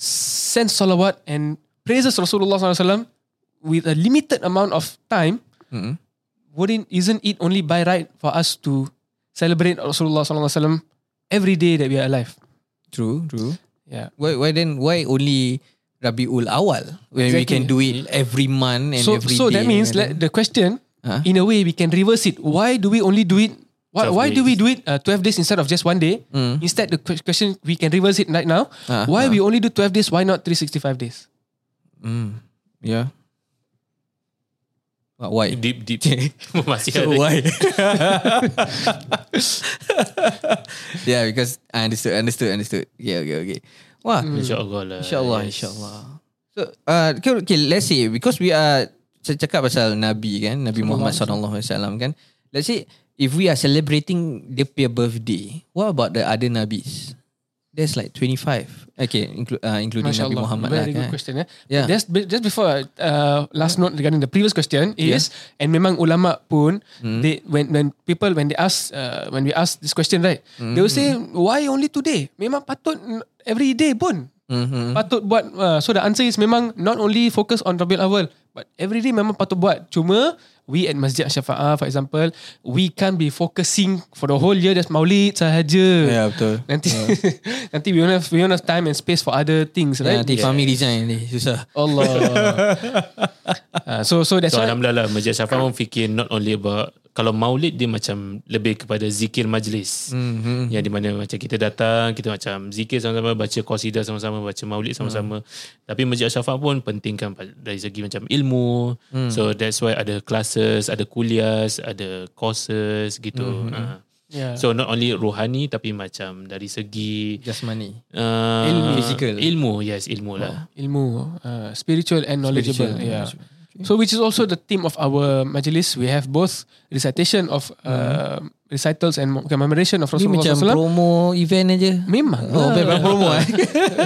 Speaker 3: sends salawat and praises Rasulullah sallallahu alaihi wasallam with a limited amount of time,
Speaker 2: Mm-mm.
Speaker 3: wouldn't isn't it only by right for us to celebrate Rasulullah sallallahu alaihi wasallam every day that we are alive?
Speaker 2: True True
Speaker 3: Yeah.
Speaker 2: Why why then why only Rabiul Awal when we
Speaker 3: Exactly.
Speaker 2: can do it every month and
Speaker 3: So
Speaker 2: every
Speaker 3: so
Speaker 2: day
Speaker 3: that means
Speaker 2: and-
Speaker 3: like, the question
Speaker 2: Huh?
Speaker 3: in a way we can reverse it. Why do we only do it? Why,
Speaker 1: 12
Speaker 3: why do
Speaker 1: days.
Speaker 3: we do it uh, 12 days instead of just one day?
Speaker 2: Mm.
Speaker 3: Instead, the que- question we can reverse it right now.
Speaker 2: Ah, ah.
Speaker 3: why we only do 12 days? Why not 365 days?
Speaker 2: Mm. Yeah. But why?
Speaker 1: Deep, deep. Masih
Speaker 2: So
Speaker 1: ada.
Speaker 2: why? yeah, because I understood, understood, understood. Yeah, okay, okay. Wah,
Speaker 3: Hmm.
Speaker 1: InsyaAllah lah.
Speaker 2: Hmm. insyaAllah, insyaAllah. So, uh, okay, okay, let's say, because we are, saya cakap pasal Nabi kan, Nabi Muhammad SAW kan, let's say, if we are celebrating their birthday, what about the other Nabis? There's like 25. Okay, inclu- uh, including Nabi
Speaker 3: MashaAllah.
Speaker 2: Muhammad lah
Speaker 3: Very good
Speaker 2: kan.
Speaker 3: question. Eh?
Speaker 2: Yeah.
Speaker 3: Just, just before, uh, last note regarding the previous question is, and memang ulama pun,
Speaker 2: Hmm.
Speaker 3: they when when people when they ask uh, when we ask this question right,
Speaker 2: Hmm.
Speaker 3: they will say why only today? Memang patut n- every day pun.
Speaker 2: Mhm.
Speaker 3: Patut buat uh, So the answer is Memang not only focus On Rabiul Awal But every day memang patut buat Cuma We at Masjid Syafa'ah For example We can't be focusing For the whole year Just maulid sahaja
Speaker 2: Ya, betul.
Speaker 3: Nanti Nanti we don't, have, we don't have time And space for other things
Speaker 2: Ya,
Speaker 3: Right Oh.
Speaker 2: nanti Fahmi resign ni. Susah.
Speaker 3: Allah Ah, So so that's
Speaker 1: So
Speaker 3: why
Speaker 1: Alhamdulillah lah Masjid
Speaker 2: Ah.
Speaker 1: Syafa pun fikir not only about kalau maulid dia macam lebih kepada zikir majlis.
Speaker 2: Hmm,
Speaker 1: Mm-hmm. Yang di mana macam kita datang, kita macam zikir sama-sama, baca qasidah sama-sama, baca maulid
Speaker 2: Hmm.
Speaker 1: sama-sama. Tapi Masjid Syafa pun pentingkan pa- dari segi macam ilmu.
Speaker 2: Hmm.
Speaker 1: Mm. So that's why ada classes, ada kuliah, ada courses
Speaker 2: Hmm,
Speaker 1: gitu. Mm-hmm.
Speaker 3: Yeah.
Speaker 1: So not only rohani tapi macam dari segi
Speaker 2: Jasmani.
Speaker 1: uh,
Speaker 2: Ilmu. Physical.
Speaker 1: Ilmu, yes ilmu lah.
Speaker 3: Ilmu uh, Spiritual and knowledgeable
Speaker 2: Spiritual and
Speaker 3: Yeah
Speaker 2: knowledgeable.
Speaker 3: So which is also the theme of our majlis We have both Recitation of uh, Recitals and mo- Commemoration of
Speaker 2: Mm-hmm. Ni
Speaker 3: Rasulullah
Speaker 2: macam
Speaker 3: SAW
Speaker 2: promo event aja.
Speaker 3: Memang
Speaker 2: Oh, memang promo eh.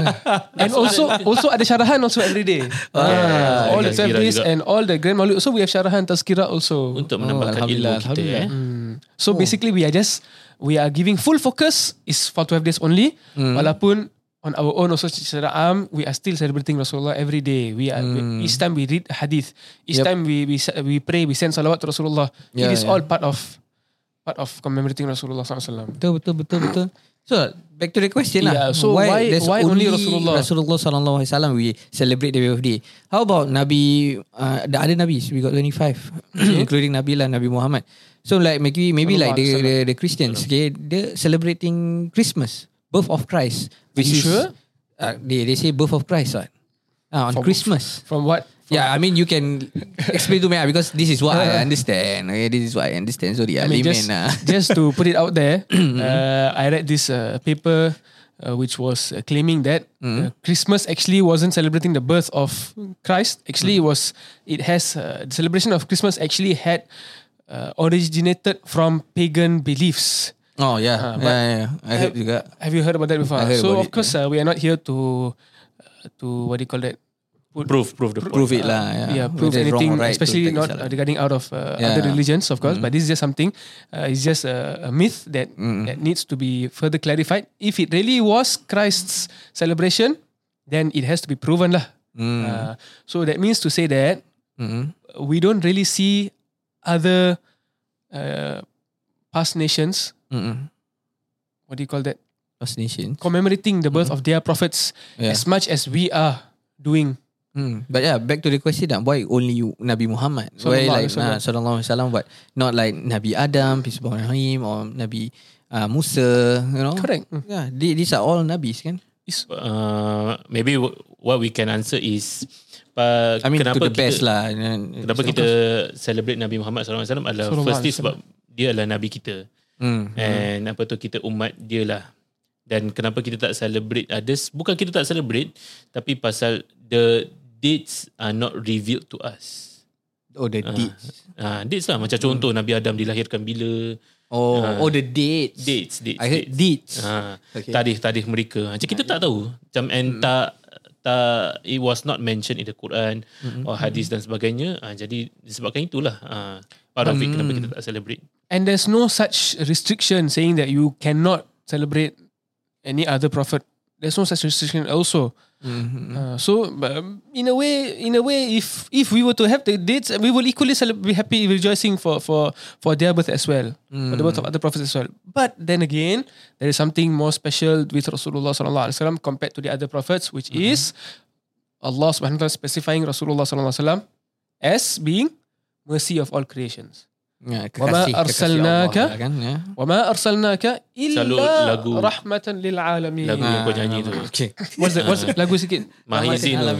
Speaker 3: And also also ada syarahan also every day.
Speaker 2: Ah,
Speaker 3: Yeah. All the
Speaker 1: Tazkirah
Speaker 3: selfies
Speaker 1: juga.
Speaker 3: and all the grand maulid. So we have syarahan tazkirah also. Hmm.
Speaker 1: Untuk menambahkan ilmu
Speaker 2: Oh, Alhamdulillah,
Speaker 1: kita eh.
Speaker 2: Alhamdulillah. Hmm.
Speaker 3: So basically we are just we are giving full focus is for 12 days only.
Speaker 2: Hmm.
Speaker 3: Walaupun on our own also secara am we are still celebrating Rasulullah every day. We are each time we read hadith, each
Speaker 2: Hmm. Yep.
Speaker 3: time we we sa- we pray, we send salawat to Rasulullah.
Speaker 2: Yeah,
Speaker 3: It is
Speaker 2: yeah.
Speaker 3: all part of part of commemorating Rasulullah SAW.
Speaker 2: Betul betul betul betul. So back to the question lah.
Speaker 3: Yeah, so why-
Speaker 2: there's
Speaker 3: why only Rasulullah?
Speaker 2: Rasulullah sallallahu alaihi wasallam we celebrate their birthday. How about Nabi uh, the other nabis? We got 25 including Nabi lah Nabi Muhammad. So like maybe maybe like the, the the Christians okay they celebrating Christmas, birth of Christ. Which
Speaker 3: you
Speaker 2: is,
Speaker 3: sure?
Speaker 2: Uh, they they say birth of Christ right? Ah, on
Speaker 3: From-
Speaker 2: Christmas.
Speaker 3: From what? From
Speaker 2: Yeah, I mean you can explain to me ah, because this is what I understand. Okay, this is what I understand. So yeah,
Speaker 3: I mean,
Speaker 2: layman
Speaker 3: just,
Speaker 2: ah.
Speaker 3: just to put it out there,
Speaker 2: Mm-hmm.
Speaker 3: uh, I read this uh, paper uh, which was uh, claiming that uh,
Speaker 2: Mm-hmm.
Speaker 3: Christmas actually wasn't celebrating the birth of Christ. Actually,
Speaker 2: Mm.
Speaker 3: it was it has uh, the celebration of Christmas actually had uh, originated from pagan beliefs.
Speaker 2: Oh yeah,
Speaker 3: Ah, but-
Speaker 2: yeah, yeah, yeah. I heard
Speaker 3: Uh,
Speaker 2: juga.
Speaker 3: Have you heard about that before?
Speaker 2: I heard
Speaker 3: so
Speaker 2: about
Speaker 3: of
Speaker 2: it,
Speaker 3: course, uh, we are not here to uh, to what do you call that?
Speaker 1: Proof, proof the point.
Speaker 2: Prove it lah. Yeah,
Speaker 3: yeah, prove
Speaker 2: Whether it's Ah, wrong
Speaker 3: anything,
Speaker 2: or right,
Speaker 3: especially
Speaker 2: don't
Speaker 3: not
Speaker 2: take
Speaker 3: uh,
Speaker 2: it
Speaker 3: regarding out of
Speaker 2: Yeah.
Speaker 3: uh,
Speaker 2: Mm-hmm.
Speaker 3: other religions, of course. But this is just something. Uh, it's just a, a myth that that needs to be further clarified. If it really was Christ's celebration, then it has to be proven, lah.
Speaker 2: Mm,
Speaker 3: Uh, so that means to say that
Speaker 2: Mm-hmm.
Speaker 3: we don't really see other uh, past nations.
Speaker 2: Mm-hmm.
Speaker 3: What do you call that?
Speaker 2: Fascination.
Speaker 3: Commemorating the birth of their prophets
Speaker 2: Mm-hmm. Yeah.
Speaker 3: as much as we are doing.
Speaker 2: Mm. But yeah, back to the question that why only you, Nabi Muhammad? Why like
Speaker 3: Sallallahu alaihi wasallam.
Speaker 2: nah, Sallallahu Alaihi Wasallam, but not like Nabi Adam, peace be upon him, or Nabi uh, Musa, you know?
Speaker 3: Correct. Mm.
Speaker 2: Yeah, the- these are all Nabis kan?
Speaker 1: uh, maybe w- what we can answer is uh,
Speaker 2: I mean to the
Speaker 1: kita,
Speaker 2: best lah. and-
Speaker 1: Kenapa kita celebrate Nabi Muhammad SAW adalah
Speaker 3: Sallallahu
Speaker 1: firstly
Speaker 3: alaihi wasallam.
Speaker 1: sebab dia adalah Nabi kita.
Speaker 2: Mm.
Speaker 1: And apa tu kita umat dia lah. Dan kenapa kita tak celebrate others? Bukan kita tak celebrate tapi pasal the dates are not revealed to us.
Speaker 2: Oh the dates.
Speaker 1: Uh, dates lah
Speaker 2: Hmm.
Speaker 1: macam contoh Nabi Adam dilahirkan bila
Speaker 2: Oh, oh the dates.
Speaker 1: Ha. dates dates
Speaker 2: I heard
Speaker 1: dates.
Speaker 2: dates.
Speaker 1: Ha,
Speaker 2: Okay.
Speaker 1: okay. tarikh-tarikh mereka. Ha, Macam kita tak tahu. Macam and tak tak it was not mentioned in the Quran or hadis dan sebagainya. Ha, jadi disebabkan itulah ha, part of it kenapa kita tak celebrate.
Speaker 3: And there's no such restriction saying that you cannot celebrate any other prophet. There's no such restriction also. Uh, so um, in a way, in a way, if if we were to have the dates, we will equally cele- be happy rejoicing for for for their birth as well,
Speaker 2: Hmm.
Speaker 3: for the birth of other prophets as well. But then again, there is something more special with Rasulullah sallallahu alaihi wasallam compared to the other prophets, which is Allah subhanahu wa taala specifying Rasulullah sallallahu alaihi wasallam as being mercy of all creations.
Speaker 2: Ya,
Speaker 3: وَمَا
Speaker 2: kekasih- kekasih
Speaker 3: أَرْسَلْنَاكَ
Speaker 2: Allah lah kan, ya.
Speaker 3: وما أرسلناك
Speaker 1: Selalu
Speaker 3: إلا
Speaker 1: lagu.
Speaker 3: رحمة للعالمين
Speaker 1: Lagu yang
Speaker 2: Ah,
Speaker 1: kau nyanyi tu.
Speaker 2: Okay.
Speaker 3: What's the, what's the, lagu sikit
Speaker 1: Maha izin tu.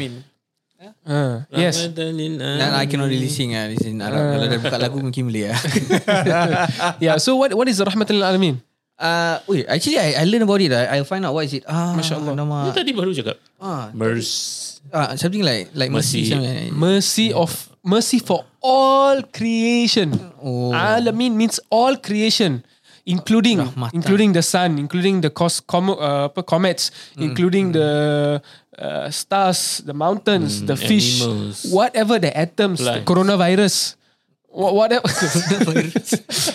Speaker 3: uh, Yes
Speaker 2: Nah, I cannot really sing ah. This is in Arab. Kalau dah buka lagu mungkin boleh ah.
Speaker 3: Ah, Yeah so what what is the رحمة للعالمين
Speaker 2: Uh, wait, actually I, I learn about it. I, I'll find out what is it. Ah, Masya Allah.
Speaker 1: Dia
Speaker 2: Nama,
Speaker 1: tadi baru cakap.
Speaker 2: ah,
Speaker 1: Mercy.
Speaker 2: ah, something like like mercy.
Speaker 1: Mercy.
Speaker 2: something like-
Speaker 3: Mercy of Mercy for all creation
Speaker 2: Oh.
Speaker 1: Ah.
Speaker 3: Alamin means all creation including
Speaker 2: Rahmatan.
Speaker 3: including the sun, including the cos com, uh, apa, comets, including the uh, stars, the mountains, the fish,
Speaker 1: animals.
Speaker 3: whatever the atoms, the
Speaker 1: Plants.
Speaker 3: coronavirus, wha- whatever.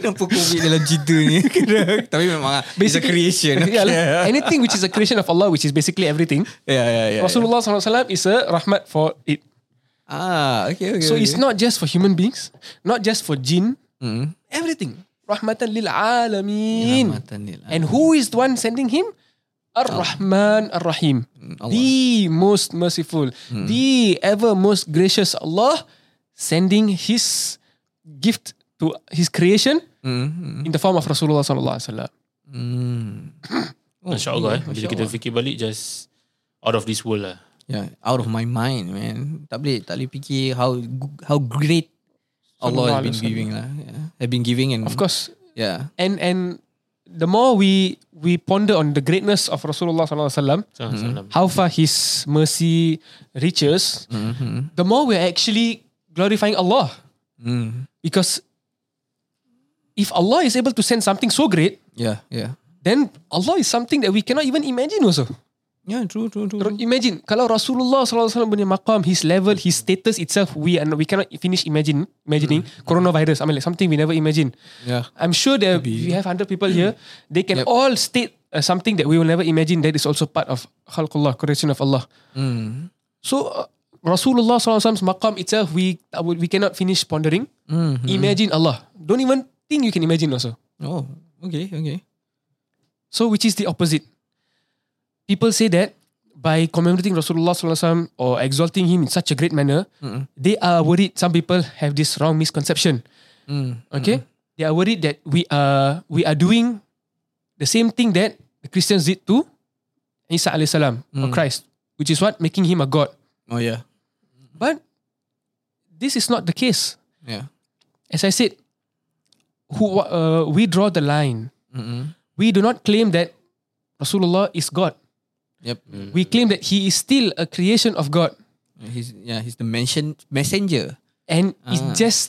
Speaker 2: Kenapa COVID dalam cerita ni Tapi memang ah, It's a creation
Speaker 3: yeah,
Speaker 2: lah.
Speaker 3: like, anything which is a creation of Allah, which is basically everything.
Speaker 2: yeah, yeah, yeah.
Speaker 3: Rasulullah SAW is a rahmat for it.
Speaker 2: Ah, okay, okay.
Speaker 3: So
Speaker 2: okay. Hmm.
Speaker 3: it's not just for human beings, not just for jinn, everything. Rahmatan lil alamin.
Speaker 2: Rahmatan lil alamin.
Speaker 3: And who is the one sending him? Ar-Rahman Ar-Rahim.
Speaker 2: Allah. Hmm.
Speaker 3: The most merciful, the ever most gracious Allah sending his gift to his creation
Speaker 2: Mm, mm,
Speaker 3: in the form of Rasulullah sallallahu alaihi wasallam. Hmm.
Speaker 2: mm. Oh,
Speaker 1: Masya Allah eh.
Speaker 2: yeah,
Speaker 1: Bila
Speaker 2: Masya
Speaker 1: kita
Speaker 2: Allah.
Speaker 1: fikir balik just out of this world lah.
Speaker 2: yeah, Ya, out of my mind, man. Tak boleh, tak boleh fikir how how great Allah has been
Speaker 3: Sallallahu alaihi
Speaker 2: giving lah. Yeah. Have been giving and
Speaker 3: Of course,
Speaker 2: yeah.
Speaker 3: and and the more we we ponder on the greatness of Rasulullah sallallahu alaihi wasallam,
Speaker 1: Mm-hmm.
Speaker 3: how far his mercy reaches,
Speaker 2: Mm-hmm.
Speaker 3: the more we're actually glorifying Allah.
Speaker 2: Mm.
Speaker 3: Because if Allah is able to send something so great,
Speaker 2: Yeah, yeah.
Speaker 3: then Allah is something that we cannot even imagine also.
Speaker 2: Yeah, true, true, true.
Speaker 3: Ter-
Speaker 2: true.
Speaker 3: Imagine kalau Rasulullah SAW punya maqam, his level, his status itself, we and we cannot finish imagine imagining coronavirus. I mean, like something we never imagine.
Speaker 2: Yeah.
Speaker 3: I'm sure that we have hundred people here. They can
Speaker 2: Yep.
Speaker 3: all state uh, something that we will never imagine. That is also part of khalqullah, creation of Allah.
Speaker 2: Mm.
Speaker 3: So uh, Rasulullah SAW's maqam itself, we uh, we cannot finish pondering.
Speaker 2: Mm.
Speaker 3: Imagine Allah. Don't even think you can imagine also.
Speaker 2: Oh, okay, okay.
Speaker 3: So which is the opposite. People say that by commemorating Rasulullah SAW or exalting him in such a great manner,
Speaker 2: Mm-mm.
Speaker 3: they are worried. Some people have this wrong misconception.
Speaker 2: Mm.
Speaker 3: Okay, they are worried that we are we are doing the same thing that the Christians did to Isa alayhi salam or
Speaker 2: Mm.
Speaker 3: Christ, which is what making him a god.
Speaker 2: Oh yeah,
Speaker 3: But this is not the case.
Speaker 2: yeah.
Speaker 3: As I said, who uh, we draw the line.
Speaker 2: Mm-mm.
Speaker 3: We do not claim that Rasulullah is God.
Speaker 2: Yep.
Speaker 3: We claim that he is still a creation of God,
Speaker 2: He's yeah, he's the mention messenger.
Speaker 3: and it's
Speaker 2: Ah.
Speaker 3: just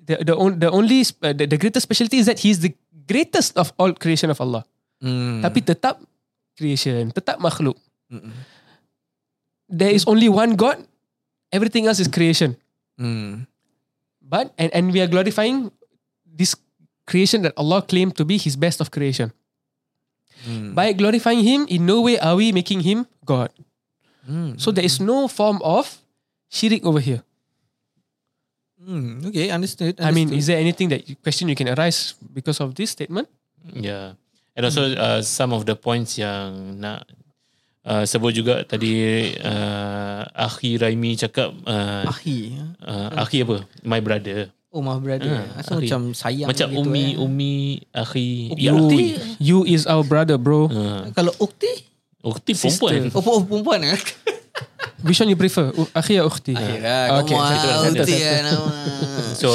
Speaker 3: the the, on, the only sp- uh, the, the greatest specialty is that he is the greatest of all creation of Allah.
Speaker 2: Mm.
Speaker 3: Tapi tetap creation, tetap makhluk.
Speaker 2: Mm-mm.
Speaker 3: There is only one God. Everything else is creation.
Speaker 2: Mm.
Speaker 3: But and and we are glorifying this creation that Allah claimed to be His best of creation.
Speaker 2: Mm.
Speaker 3: By glorifying Him, in no way are we making Him God.
Speaker 2: Mm.
Speaker 3: So there is no form of shirik over here.
Speaker 2: Mm. Okay, understood.
Speaker 3: I mean,
Speaker 2: understood.
Speaker 3: is there anything that you, question you can arise because of this statement?
Speaker 1: Yeah. Ya. And also uh, some of the points yang nak uh, sebut juga tadi uh, Akhi Raimi cakap uh,
Speaker 2: ahi. ah.
Speaker 1: uh, Akhi apa? My brother.
Speaker 2: Oh, my brother.
Speaker 1: Ah,
Speaker 2: Asal
Speaker 1: ahi.
Speaker 2: macam sayang
Speaker 1: Macam
Speaker 2: gitu,
Speaker 1: Umi,
Speaker 2: eh.
Speaker 1: Umi, Akhi.
Speaker 3: Oh,
Speaker 1: Ya, Ukti.
Speaker 3: You, you is our brother, bro.
Speaker 1: Uh,
Speaker 2: Kalau ukti,
Speaker 1: Ukti perempuan.
Speaker 2: oh, oh perempuan eh.
Speaker 3: Which one you prefer? U- Akhi or ukhti?
Speaker 2: Akhirnya, okay,
Speaker 3: Okay,
Speaker 1: satu,
Speaker 2: kamu ah,
Speaker 1: satu,
Speaker 2: ukti
Speaker 1: satu.
Speaker 2: kan. nama.
Speaker 1: So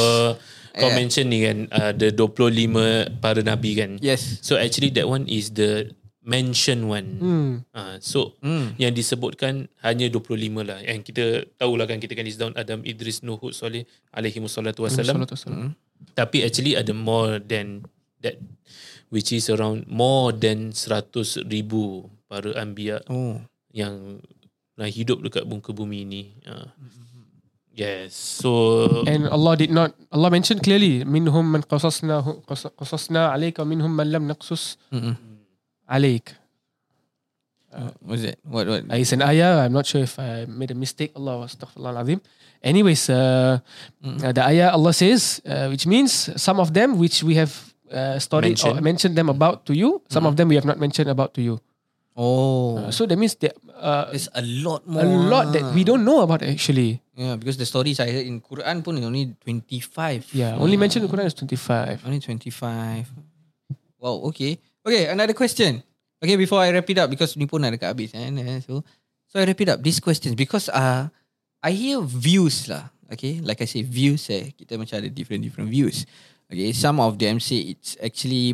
Speaker 1: kau mention ni kan uh, the 25 para nabi kan.
Speaker 2: Yes.
Speaker 1: So actually that one is the mention one.
Speaker 3: Hmm.
Speaker 1: Uh, so
Speaker 2: Hmm.
Speaker 1: yang disebutkan hanya 25 lah. And kita tahulah kan kita kan list down Adam, Idris, Nuh, Hud, Soleh alaihi wassalatu wassalam.
Speaker 3: Salatu wassalam.
Speaker 1: Tapi actually ada more than that which is around more than 100 ribu para anbiya
Speaker 2: Oh.
Speaker 1: yang pernah hidup dekat muka bumi ni. Uh. Yes. So
Speaker 3: And Allah did not Allah mentioned clearly minhum man qasasna qas- qasasna alayk wa minhum man lam naqsus
Speaker 2: Mm-mm.
Speaker 3: alayk.
Speaker 2: What's that? What what?
Speaker 3: Uh, it's an ayah. I'm not sure if I made a mistake. Allah astaghfirullah azim. Anyways, uh, uh, the ayah Allah says, uh, which means some of them which we have uh, studied or
Speaker 1: Mentioned.
Speaker 3: mentioned them about to you, some of them we have not mentioned about to you. Uh,
Speaker 2: Oh.
Speaker 3: So that means that uh,
Speaker 2: There's a lot more.
Speaker 3: a lot that we
Speaker 2: ah.
Speaker 3: don't know about actually.
Speaker 2: Yeah, because the stories I heard in Quran pun is only 25.
Speaker 3: Yeah, only mentioned in Quran is 25.
Speaker 2: Only 25. Wow, okay. Okay, another question. Okay, before I wrap it up, because ni pun dah dekat habis. Eh? nah, So, so I wrap it up. This question, because uh, I hear views lah. Okay, like I say, views eh. Kita macam ada different-different views. Okay, some of them say it's actually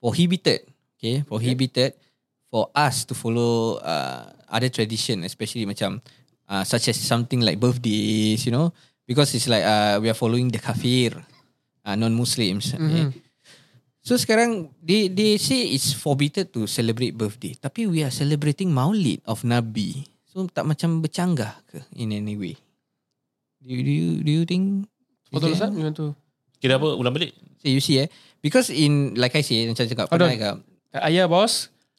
Speaker 2: prohibited. Okay, prohibited for us to follow uh, other tradition, especially macam uh, such as something like birthdays, you know. Because it's like uh, we are following the kafir, uh, non-Muslims. Okay? So sekarang they they say it's forbidden to celebrate birthday, tapi we are celebrating Maulid of Nabi. So tak macam bercanggah ke in any way? Do you do you, do you think?
Speaker 3: Betul
Speaker 2: Is
Speaker 3: Ustaz,
Speaker 2: there-
Speaker 3: you want to?
Speaker 1: Kira apa ulang balik?
Speaker 2: So you see eh, because in like I said, macam cakap
Speaker 3: Hold
Speaker 2: pernah
Speaker 3: on.
Speaker 2: cakap.
Speaker 3: Ayah bos.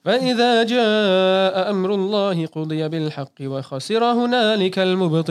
Speaker 3: فإذا جاء أمر الله قضي بالحق وخسر هنالك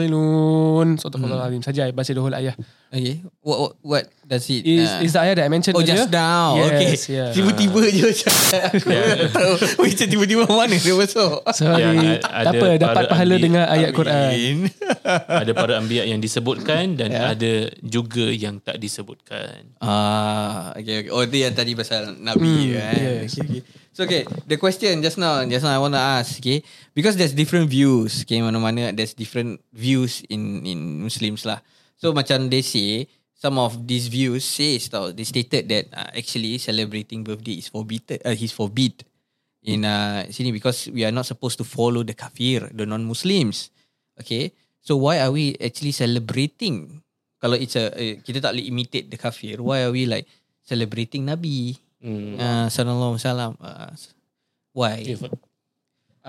Speaker 3: المبطلون صدق الله العظيم سجاي بس له الآية
Speaker 2: Okay. What, what, what does it?
Speaker 3: is,
Speaker 2: uh,
Speaker 3: is the ayah that I mentioned
Speaker 2: oh, just
Speaker 3: earlier
Speaker 2: now.
Speaker 3: Yes,
Speaker 2: okay.
Speaker 3: yeah.
Speaker 2: Tiba-tiba je macam. Aku tak tahu. Macam tiba-tiba mana dia masuk.
Speaker 3: Sorry,
Speaker 1: Yang
Speaker 3: tak
Speaker 1: ada
Speaker 3: apa dapat
Speaker 1: para
Speaker 3: pahala
Speaker 1: ambil-
Speaker 3: dengan ayat Quran
Speaker 2: Ah,
Speaker 1: ada para ambiak yang disebutkan dan ada juga yang tak disebutkan.
Speaker 2: Ah, okay, okay. Oh, dia yang tadi pasal Nabi, mm, eh?
Speaker 3: yes.
Speaker 2: Okay, okay. So, okay, the question just now, just now I want to ask, okay, because there's different views, okay, mana-mana there's different views in in Muslims lah. So, macam they say, some of these views says tau, they stated that uh, actually celebrating birthday is forbidden, uh, is forbid in uh, sini because we are not supposed to follow the kafir, the non-Muslims, okay. So, why are we actually celebrating kalau it's a eh, kita tak boleh imitate the kafir why are we like celebrating nabi
Speaker 1: Hmm.
Speaker 2: uh, sallallahu alaihi wasallam uh, why
Speaker 1: Okay, Fad.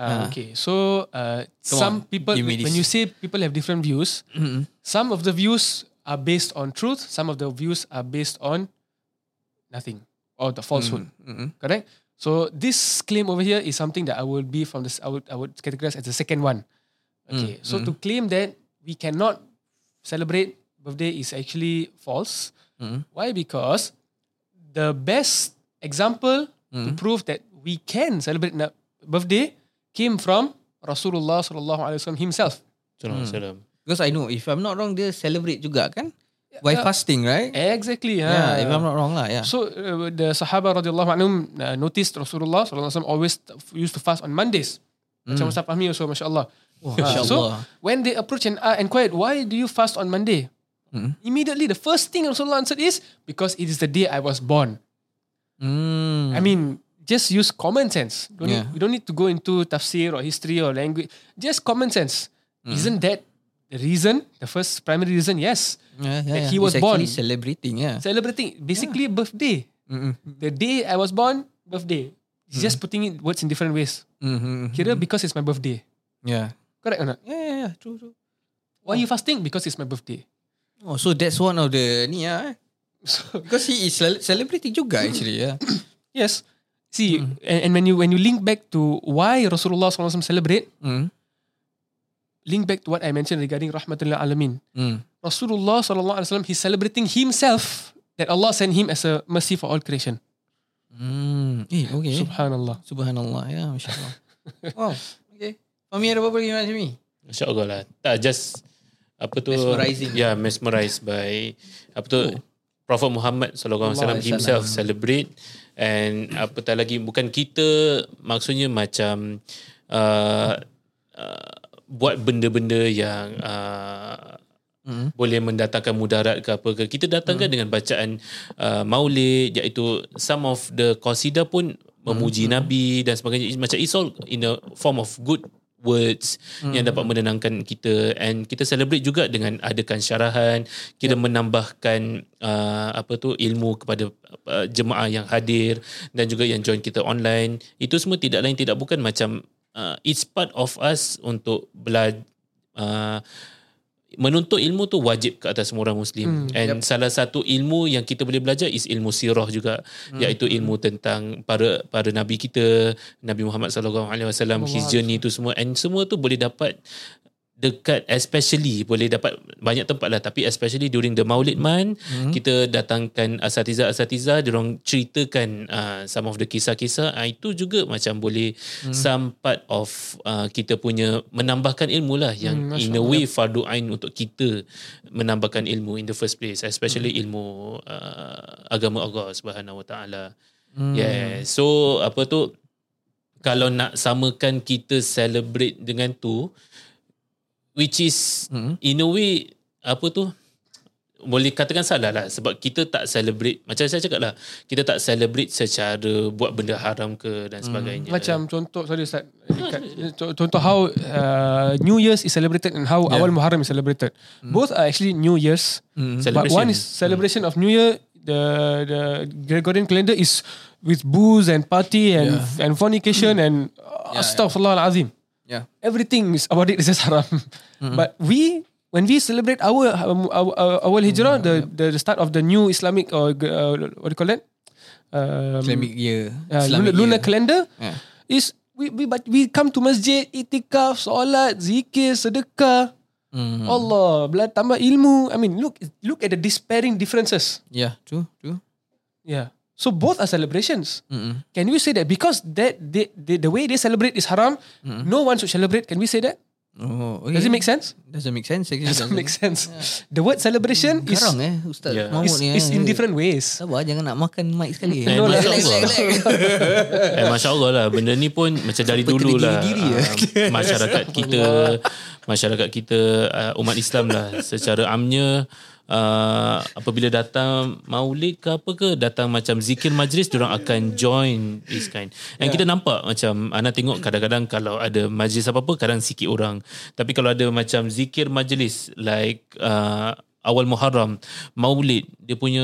Speaker 3: Uh,
Speaker 2: Ah.
Speaker 3: okay, so uh,
Speaker 2: Come
Speaker 3: some
Speaker 2: on,
Speaker 3: people,
Speaker 2: give me
Speaker 3: when
Speaker 2: this.
Speaker 3: you say people have different views,
Speaker 2: Mm-mm.
Speaker 3: some of the views are based on truth, some of the views are based on nothing or the falsehood.
Speaker 2: Mm-mm.
Speaker 3: Correct? So this claim over here is something that I will be from this. I would I would categorize as the second one. Okay.
Speaker 2: Mm,
Speaker 3: So
Speaker 2: mm.
Speaker 3: to claim that we cannot celebrate birthday is actually false.
Speaker 2: Mm-mm.
Speaker 3: Why? Because the best example to
Speaker 2: Mm.
Speaker 3: prove that we can celebrate na- birthday came from Rasulullah sallallahu alaihi wasallam himself.
Speaker 1: Salam salam.
Speaker 2: because i know if i'm not wrong dia celebrate juga kan by
Speaker 3: Yeah.
Speaker 2: fasting right
Speaker 3: Exactly.
Speaker 2: yeah.
Speaker 3: huh?
Speaker 2: if i'm not wrong lah yeah
Speaker 3: So uh, the Sahaba radhiyallahu anhum uh, noticed Rasulullah sallallahu alaihi wasallam always t- used to fast on Mondays.
Speaker 2: Mm.
Speaker 3: Macam Ustaz Fahmi also, masyaAllah.
Speaker 2: Wah,
Speaker 3: Ah,
Speaker 2: Masya
Speaker 3: so
Speaker 2: Allah.
Speaker 3: when they approach and uh, inquired, why do you fast on Monday?
Speaker 2: Mm.
Speaker 3: Immediately, the first thing Rasulullah answered is, because it is the day I was born.
Speaker 2: mm.
Speaker 3: I mean, just use common sense. Don't
Speaker 2: Yeah.
Speaker 3: need, we don't need to go into tafsir or history or language. Just common sense.
Speaker 2: Mm.
Speaker 3: Isn't that the reason? The first primary reason, yes.
Speaker 2: yeah, yeah,
Speaker 3: that
Speaker 2: yeah.
Speaker 3: he was
Speaker 2: It's actually
Speaker 3: born.
Speaker 2: celebrating yeah
Speaker 3: Celebrating, basically birthday.
Speaker 2: Mm-mm.
Speaker 3: The day I was born, birthday. He's
Speaker 2: Hmm.
Speaker 3: Just putting it words in different ways.
Speaker 2: Mm-mm.
Speaker 3: Kira because it's my birthday.
Speaker 2: Mm-hmm. yeah
Speaker 3: Correct or not?
Speaker 2: yeah yeah, yeah. true true
Speaker 3: Why you fasting? Because it's my birthday.
Speaker 2: oh so that's one of the ni ah eh.
Speaker 3: So
Speaker 2: because he is cele- celebrating juga actually yeah
Speaker 3: yes, see, and, and when you when you link back to why Rasulullah SAW celebrate,
Speaker 2: mm.
Speaker 3: link back to what I mentioned regarding Rahmatul Alamin.
Speaker 2: Mm.
Speaker 3: Rasulullah SAW he's celebrating himself that Allah sent him as a mercy for all creation.
Speaker 2: Hmm. Eh, okay.
Speaker 3: Subhanallah.
Speaker 2: Subhanallah. Ya, masya-Allah. wow. Okay. Fahmi ada apa-apa lagi macam ni?
Speaker 1: Masya Allah lah. Tak, just apa tu?
Speaker 2: Mesmerizing.
Speaker 1: Yeah, mesmerized by apa tu? Prophet Oh. Muhammad sallallahu alaihi wasallam
Speaker 2: Allah
Speaker 1: himself celebrate and apatah lagi bukan kita maksudnya macam uh, uh, buat benda-benda yang uh,
Speaker 2: Hmm.
Speaker 1: boleh mendatangkan mudarat ke apa ke kita datangkan dengan bacaan uh, maulid iaitu some of the qasidah pun memuji nabi dan sebagainya It's macam it's all in a form of good words yang dapat menenangkan kita and kita celebrate juga dengan adakan syarahan kita menambahkan uh, apa tu ilmu kepada uh, jemaah yang hadir dan juga yang join kita online itu semua tidak lain tidak bukan macam uh, it's part of us untuk belajar uh, menuntut ilmu tu wajib ke atas semua orang muslim and salah satu ilmu yang kita boleh belajar is ilmu sirah juga iaitu ilmu tentang para para nabi kita Nabi Muhammad sallallahu alaihi wasallam his journey tu semua and semua tu boleh dapat dekat especially boleh dapat banyak tempat lah tapi especially during the Maulid month hmm. kita datangkan asatiza-asatiza diorang ceritakan uh, some of the kisah-kisah uh, itu juga macam boleh hmm. some part of uh, kita punya menambahkan ilmu lah yang hmm,
Speaker 3: Hmm,
Speaker 1: in a way fardu ain untuk kita menambahkan ilmu in the first place especially hmm. ilmu uh, agama Allah Subhanahu Wa Taala hmm. yeah so apa tu kalau nak samakan kita celebrate dengan tu which is
Speaker 2: Hmm.
Speaker 1: in a way apa tu boleh katakan salah lah sebab kita tak celebrate macam saya cakap lah kita tak celebrate secara buat benda haram ke dan sebagainya
Speaker 3: Macam contoh sorry Ustaz dekat, co- contoh how uh, New Year's is celebrated and how Awal Muharram is celebrated.
Speaker 2: Hmm.
Speaker 3: Both are actually New Year's. But
Speaker 1: Celebration.
Speaker 3: one is celebration of New Year the the Gregorian calendar is with booze and party and and fornication and uh, astaghfirullahalazim.
Speaker 2: Yeah.
Speaker 3: Everything is about it is just haram.
Speaker 2: Mm-hmm.
Speaker 3: But we when we celebrate our um, our, our, our hijrah the,
Speaker 2: Mm-hmm.
Speaker 3: the the start of the new Islamic or uh, what do you call it? Um,
Speaker 2: Islamic year.
Speaker 3: uh,
Speaker 2: Islamic year.
Speaker 3: lunar, lunar
Speaker 2: Ya.
Speaker 3: calendar
Speaker 2: Yeah.
Speaker 3: is we, we but we come to masjid itikaf solat zikir sedekah
Speaker 2: Mm.
Speaker 3: Allah bela tambah ilmu I mean look look at the despairing differences
Speaker 2: Yeah, true, true.
Speaker 3: yeah so both are celebrations
Speaker 2: Mm-mm.
Speaker 3: can we say that because that they, they, the way they celebrate is haram
Speaker 2: Hmm.
Speaker 3: no one should celebrate can we say that
Speaker 2: Oh, okay.
Speaker 3: does it make sense
Speaker 2: Doesn't make sense. Actually,
Speaker 3: doesn't make sense the word celebration is
Speaker 2: Karang eh, Ustaz.
Speaker 1: Yeah.
Speaker 2: Mahmud
Speaker 3: is,
Speaker 2: ni,
Speaker 3: is
Speaker 2: eh.
Speaker 3: in different ways
Speaker 2: Sabar, jangan nak makan mic sekali.
Speaker 1: Eh,
Speaker 2: Eh,
Speaker 1: Masya
Speaker 2: relax,
Speaker 1: Allah.
Speaker 2: relax, relax.
Speaker 1: eh, Masya Allah lah Benda ni pun Macam dari
Speaker 2: Sampai
Speaker 1: dulu lah
Speaker 2: tergiri-giri ya.
Speaker 1: Ah, Masyarakat kita Masyarakat kita ah, Umat Islam lah Secara amnya Uh, apabila datang maulid ke apa ke datang macam zikir majlis orang akan join this kind and yeah. kita nampak macam Ana tengok kadang-kadang kalau ada majlis apa-apa kadang sikit orang tapi kalau ada macam zikir majlis like uh, awal Muharram maulid dia punya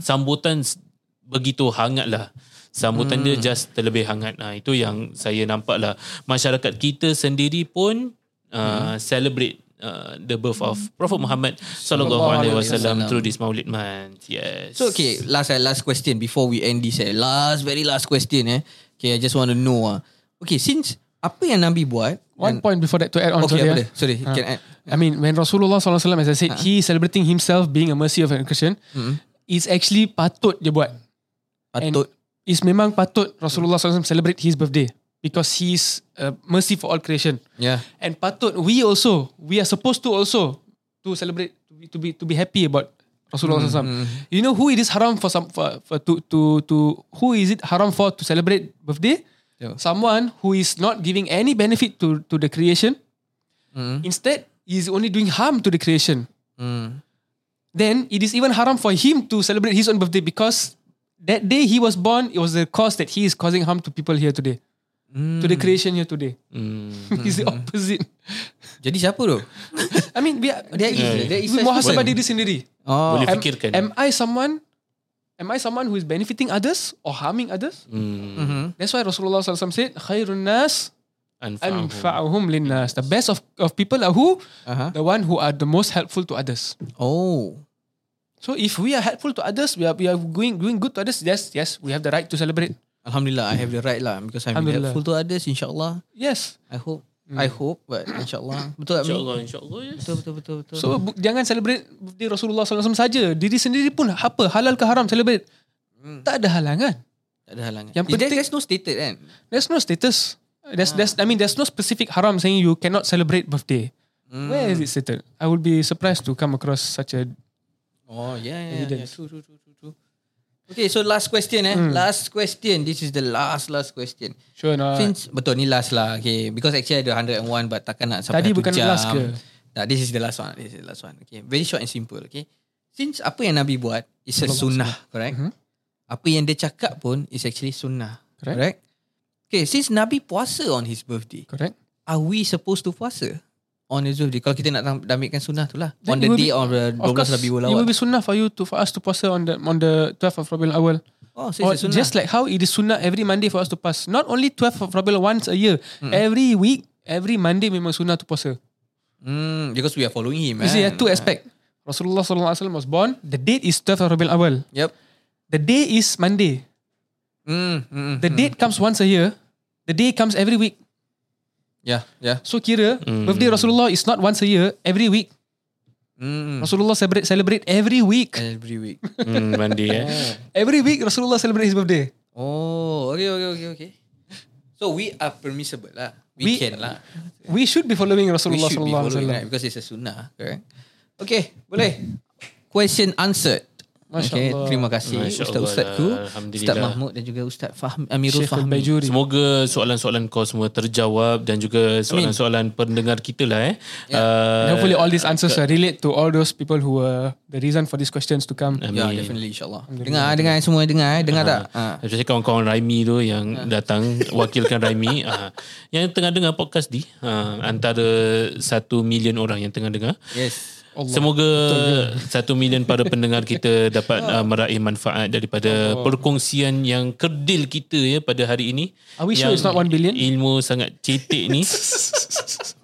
Speaker 1: sambutan s- begitu hangat lah sambutan hmm. dia just terlebih hangat. Ha, itu yang saya nampak lah. Masyarakat kita sendiri pun uh, hmm. celebrate uh, the birth of Prophet Muhammad sallallahu alaihi wasallam through this Maulid month. Yes.
Speaker 2: So okay, last eh, last question before we end this. Eh. Last very last question eh. Okay, I just want to know ah. Okay, since apa yang Nabi buat?
Speaker 3: one point before that to add on
Speaker 2: Okay, apa
Speaker 3: sorry, ah.
Speaker 2: dia? Sorry,
Speaker 3: Ah.
Speaker 2: can add.
Speaker 3: I mean, when Rasulullah SAW, as I said, he celebrating himself being a mercy of a Christian,
Speaker 2: Hmm.
Speaker 3: is actually patut dia buat.
Speaker 2: Patut.
Speaker 3: Is memang patut Rasulullah SAW celebrate his birthday because he's a mercy for all creation.
Speaker 2: Yeah.
Speaker 3: And patut we also, we are supposed to also to celebrate to be to be, to be happy about Rasulullah SAW.
Speaker 2: Mm-hmm.
Speaker 3: You know who it is haram for some for, for to to to who is it haram for to celebrate birthday?
Speaker 2: Yeah.
Speaker 3: Someone who is not giving any benefit to to the creation.
Speaker 2: Mm.
Speaker 3: Instead, he is only doing harm to the creation.
Speaker 2: Mm.
Speaker 3: Then it is even haram for him to celebrate his own birthday because that day he was born, it was the cause that he is causing harm to people here today,
Speaker 2: Hmm.
Speaker 3: to the creation here today.
Speaker 1: Hmm.
Speaker 3: It's the opposite.
Speaker 2: Jadi siapa tu?
Speaker 3: I mean, we are,
Speaker 2: There is there is
Speaker 3: we
Speaker 2: such person.
Speaker 3: muhasabah diri sendiri.
Speaker 2: Oh.
Speaker 1: Boleh
Speaker 3: Am,
Speaker 1: fikirkan.
Speaker 3: am I someone? Am I someone who is benefiting others or harming others?
Speaker 1: Hmm.
Speaker 2: Mhm.
Speaker 3: That's why Rasulullah SAW said, "Khairun nas
Speaker 1: Anfa'ahum.
Speaker 3: anfa'uhum linnas." The best of, of people are who?
Speaker 2: Uh-huh.
Speaker 3: The one who are the most helpful to others.
Speaker 2: Oh.
Speaker 3: So if we are helpful to others, we are we are going doing good to others. Yes, yes, we have the right to celebrate.
Speaker 2: Alhamdulillah, I have the right lah because I'm
Speaker 3: Alhamdulillah. Hmm.
Speaker 2: helpful to others. Insyaallah,
Speaker 3: Yes.
Speaker 2: I hope. I hope, but insyaallah. Betul tak? Min?
Speaker 1: InsyaAllah, insyaAllah. Yes.
Speaker 2: Betul, betul, betul, betul.
Speaker 3: So bu- jangan celebrate birthday Rasulullah SAW saja. Diri sendiri pun apa halal ke haram celebrate. Tak ada halangan.
Speaker 2: Hmm. tak ada halangan.
Speaker 3: Yang
Speaker 2: Is there,
Speaker 3: penting-
Speaker 2: there's no stated kan?
Speaker 3: There's no status. There's, there's, I mean, there's no specific haram saying you cannot celebrate birthday.
Speaker 2: Hmm.
Speaker 3: Where is it stated? I would be surprised to come across such a.
Speaker 2: Oh yeah, yeah, yeah.
Speaker 3: Evidence. Hmm.
Speaker 2: True, true, true, true, true. Okay, so last question eh. Last question. This is the last, last question.
Speaker 3: Sure not.
Speaker 2: Since betul ni last lah. Okay, because actually ada 101 but takkan nak sampai satu
Speaker 3: Tadi bukan
Speaker 2: jam.
Speaker 3: last ke?
Speaker 2: Tak, this is the last one. This is the last one. Okay, very short and simple. Okay, since apa yang Nabi buat is a sunnah, correct?
Speaker 3: Mhm.
Speaker 2: Apa yang dia cakap pun is actually sunnah,
Speaker 3: Correct.
Speaker 2: correct? Okay, since Nabi puasa on his birthday,
Speaker 3: correct.
Speaker 2: are we supposed to puasa on his birthday? Kalau kita nak tam- damikkan sunnah tu lah. On the
Speaker 3: Then it will
Speaker 2: day
Speaker 3: be-
Speaker 2: of the
Speaker 3: Of
Speaker 2: 12
Speaker 3: course,
Speaker 2: Rabiul
Speaker 3: it will
Speaker 2: Awal.
Speaker 3: be sunnah for you to for us to post on the on the 12th of Rabiul Awal.
Speaker 2: Oh, so
Speaker 3: Or
Speaker 2: it's a sunnah.
Speaker 3: just like how it is sunnah every Monday for us to pass. Not only 12th of Rabiul once a year. Every week, every Monday memang sunnah to puasa.
Speaker 2: Hmm, because we are following him.
Speaker 3: You see,
Speaker 2: kan?
Speaker 3: there are two aspect. Rasulullah SAW was born. The date is 12th of Rabiul Awal.
Speaker 2: Yep.
Speaker 3: The day is Monday.
Speaker 2: Hmm, hmm, hmm.
Speaker 3: The date comes once a year. The day comes every week.
Speaker 2: Yeah, yeah.
Speaker 3: So kira, birthday Rasulullah is not once a year, every week.
Speaker 2: Hmm. Eh.
Speaker 3: Rasulullah celebrate, celebrate every week.
Speaker 2: Every week.
Speaker 1: Hmm, mandi eh.
Speaker 3: Every week Rasulullah celebrate his birthday.
Speaker 2: Oh, okay, okay, okay, okay. So we are permissible lah. We,
Speaker 3: We-
Speaker 2: can lah.
Speaker 3: We should be following
Speaker 2: We
Speaker 3: Rasulullah
Speaker 2: should be
Speaker 3: sallallahu alaihi
Speaker 2: following
Speaker 3: wasallam.
Speaker 2: right? because it's a sunnah, correct? Okay, boleh. Question answered.
Speaker 3: Masya
Speaker 2: okay,
Speaker 3: Allah.
Speaker 2: terima kasih
Speaker 1: Masya Allah
Speaker 2: ustaz-ustazku,
Speaker 1: lah.
Speaker 2: Ustaz
Speaker 1: Alhamdulillah.
Speaker 2: Mahmud dan juga Ustaz Fahmi Amirul
Speaker 3: Syekh
Speaker 2: Fahmi.
Speaker 3: Al-Bajuri.
Speaker 1: Semoga soalan-soalan kau semua terjawab dan juga soalan-soalan pendengar kita lah eh.
Speaker 3: And
Speaker 1: Yeah.
Speaker 3: hopefully all
Speaker 2: Uh,
Speaker 3: these answers are relate to all those people who were the reason for these questions to come.
Speaker 2: Ya, definitely insyaAllah. Dengar, dengar semua, dengar, eh. dengar tak? Ha.
Speaker 1: Especially kawan-kawan Raimi tu yang
Speaker 3: Ha.
Speaker 1: datang wakilkan Raimi ah, yang tengah dengar podcast di ah, antara satu million orang yang tengah dengar.
Speaker 2: Ah. Yes.
Speaker 1: Semoga satu million para pendengar kita dapat
Speaker 3: Ha.
Speaker 1: uh, meraih manfaat daripada perkongsian yang kerdil kita ya pada hari ini.
Speaker 3: Are we sure
Speaker 1: Yang
Speaker 3: it's not one billion?
Speaker 1: Ilmu sangat cetek ni.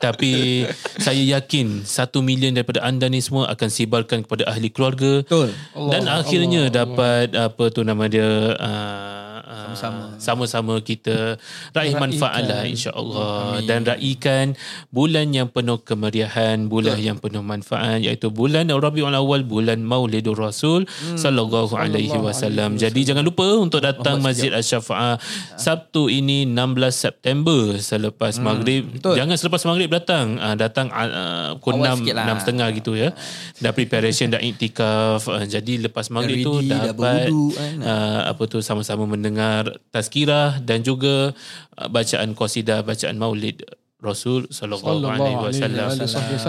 Speaker 1: Tapi saya yakin satu million daripada anda ni semua akan sibarkan kepada ahli keluarga.
Speaker 2: Betul.
Speaker 1: Dan akhirnya dapat apa tu nama dia uh, uh, sama-sama kita raih manfaat lah insya-Allah Hmm. dan raikan bulan yang penuh kemeriahan, bulan yang penuh manfaat iaitu bulan Rabiul Awal, bulan Maulidur Rasul sallallahu alaihi wasallam. Jadi jangan lupa untuk datang Masjid Asy-Syafaah Sabtu ini 16 September selepas maghrib. Jangan selepas maghrib datang, Ah, datang uh, pukul
Speaker 2: Awal
Speaker 1: 6
Speaker 2: sikit lah.
Speaker 1: 6.30 tengah gitu ya. Dah preparation, dah iktikaf. Uh, jadi lepas maghrib
Speaker 2: Dah
Speaker 1: tu
Speaker 2: ready, dah
Speaker 1: dapat
Speaker 2: berwuduk kan.
Speaker 1: uh, apa tu sama-sama mendengar tazkirah dan juga uh, bacaan qasidah, bacaan maulid Rasul sallallahu alaihi wasallam.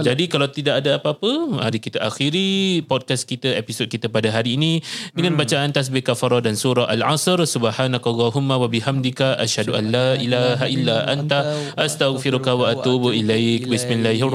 Speaker 1: Jadi kalau tidak ada apa-apa, mari kita akhiri podcast kita episod kita pada hari ini dengan bacaan tasbih kafarah dan surah Al-Asr. Subhanakallahumma wa bihamdika asyhadu an la ilaha illa anta astaghfiruka wa atubu ilaik.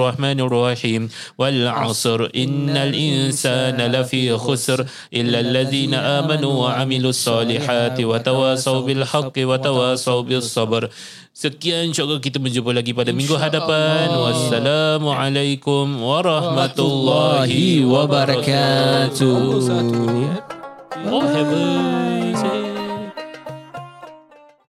Speaker 1: Bismillahirrahmanirrahim. Wal 'asr innal insana lafi khusr illa alladhina amanu wa 'amilus solihati wa tawasaw bil haqqi wa tawasaw bis sabr. Sekian insya-Allah kita berjumpa lagi pada minggu hadapan. Wassalamualaikum warahmatullahi wabarakatuh.
Speaker 3: eh? Satu niat.
Speaker 1: Oh, have a-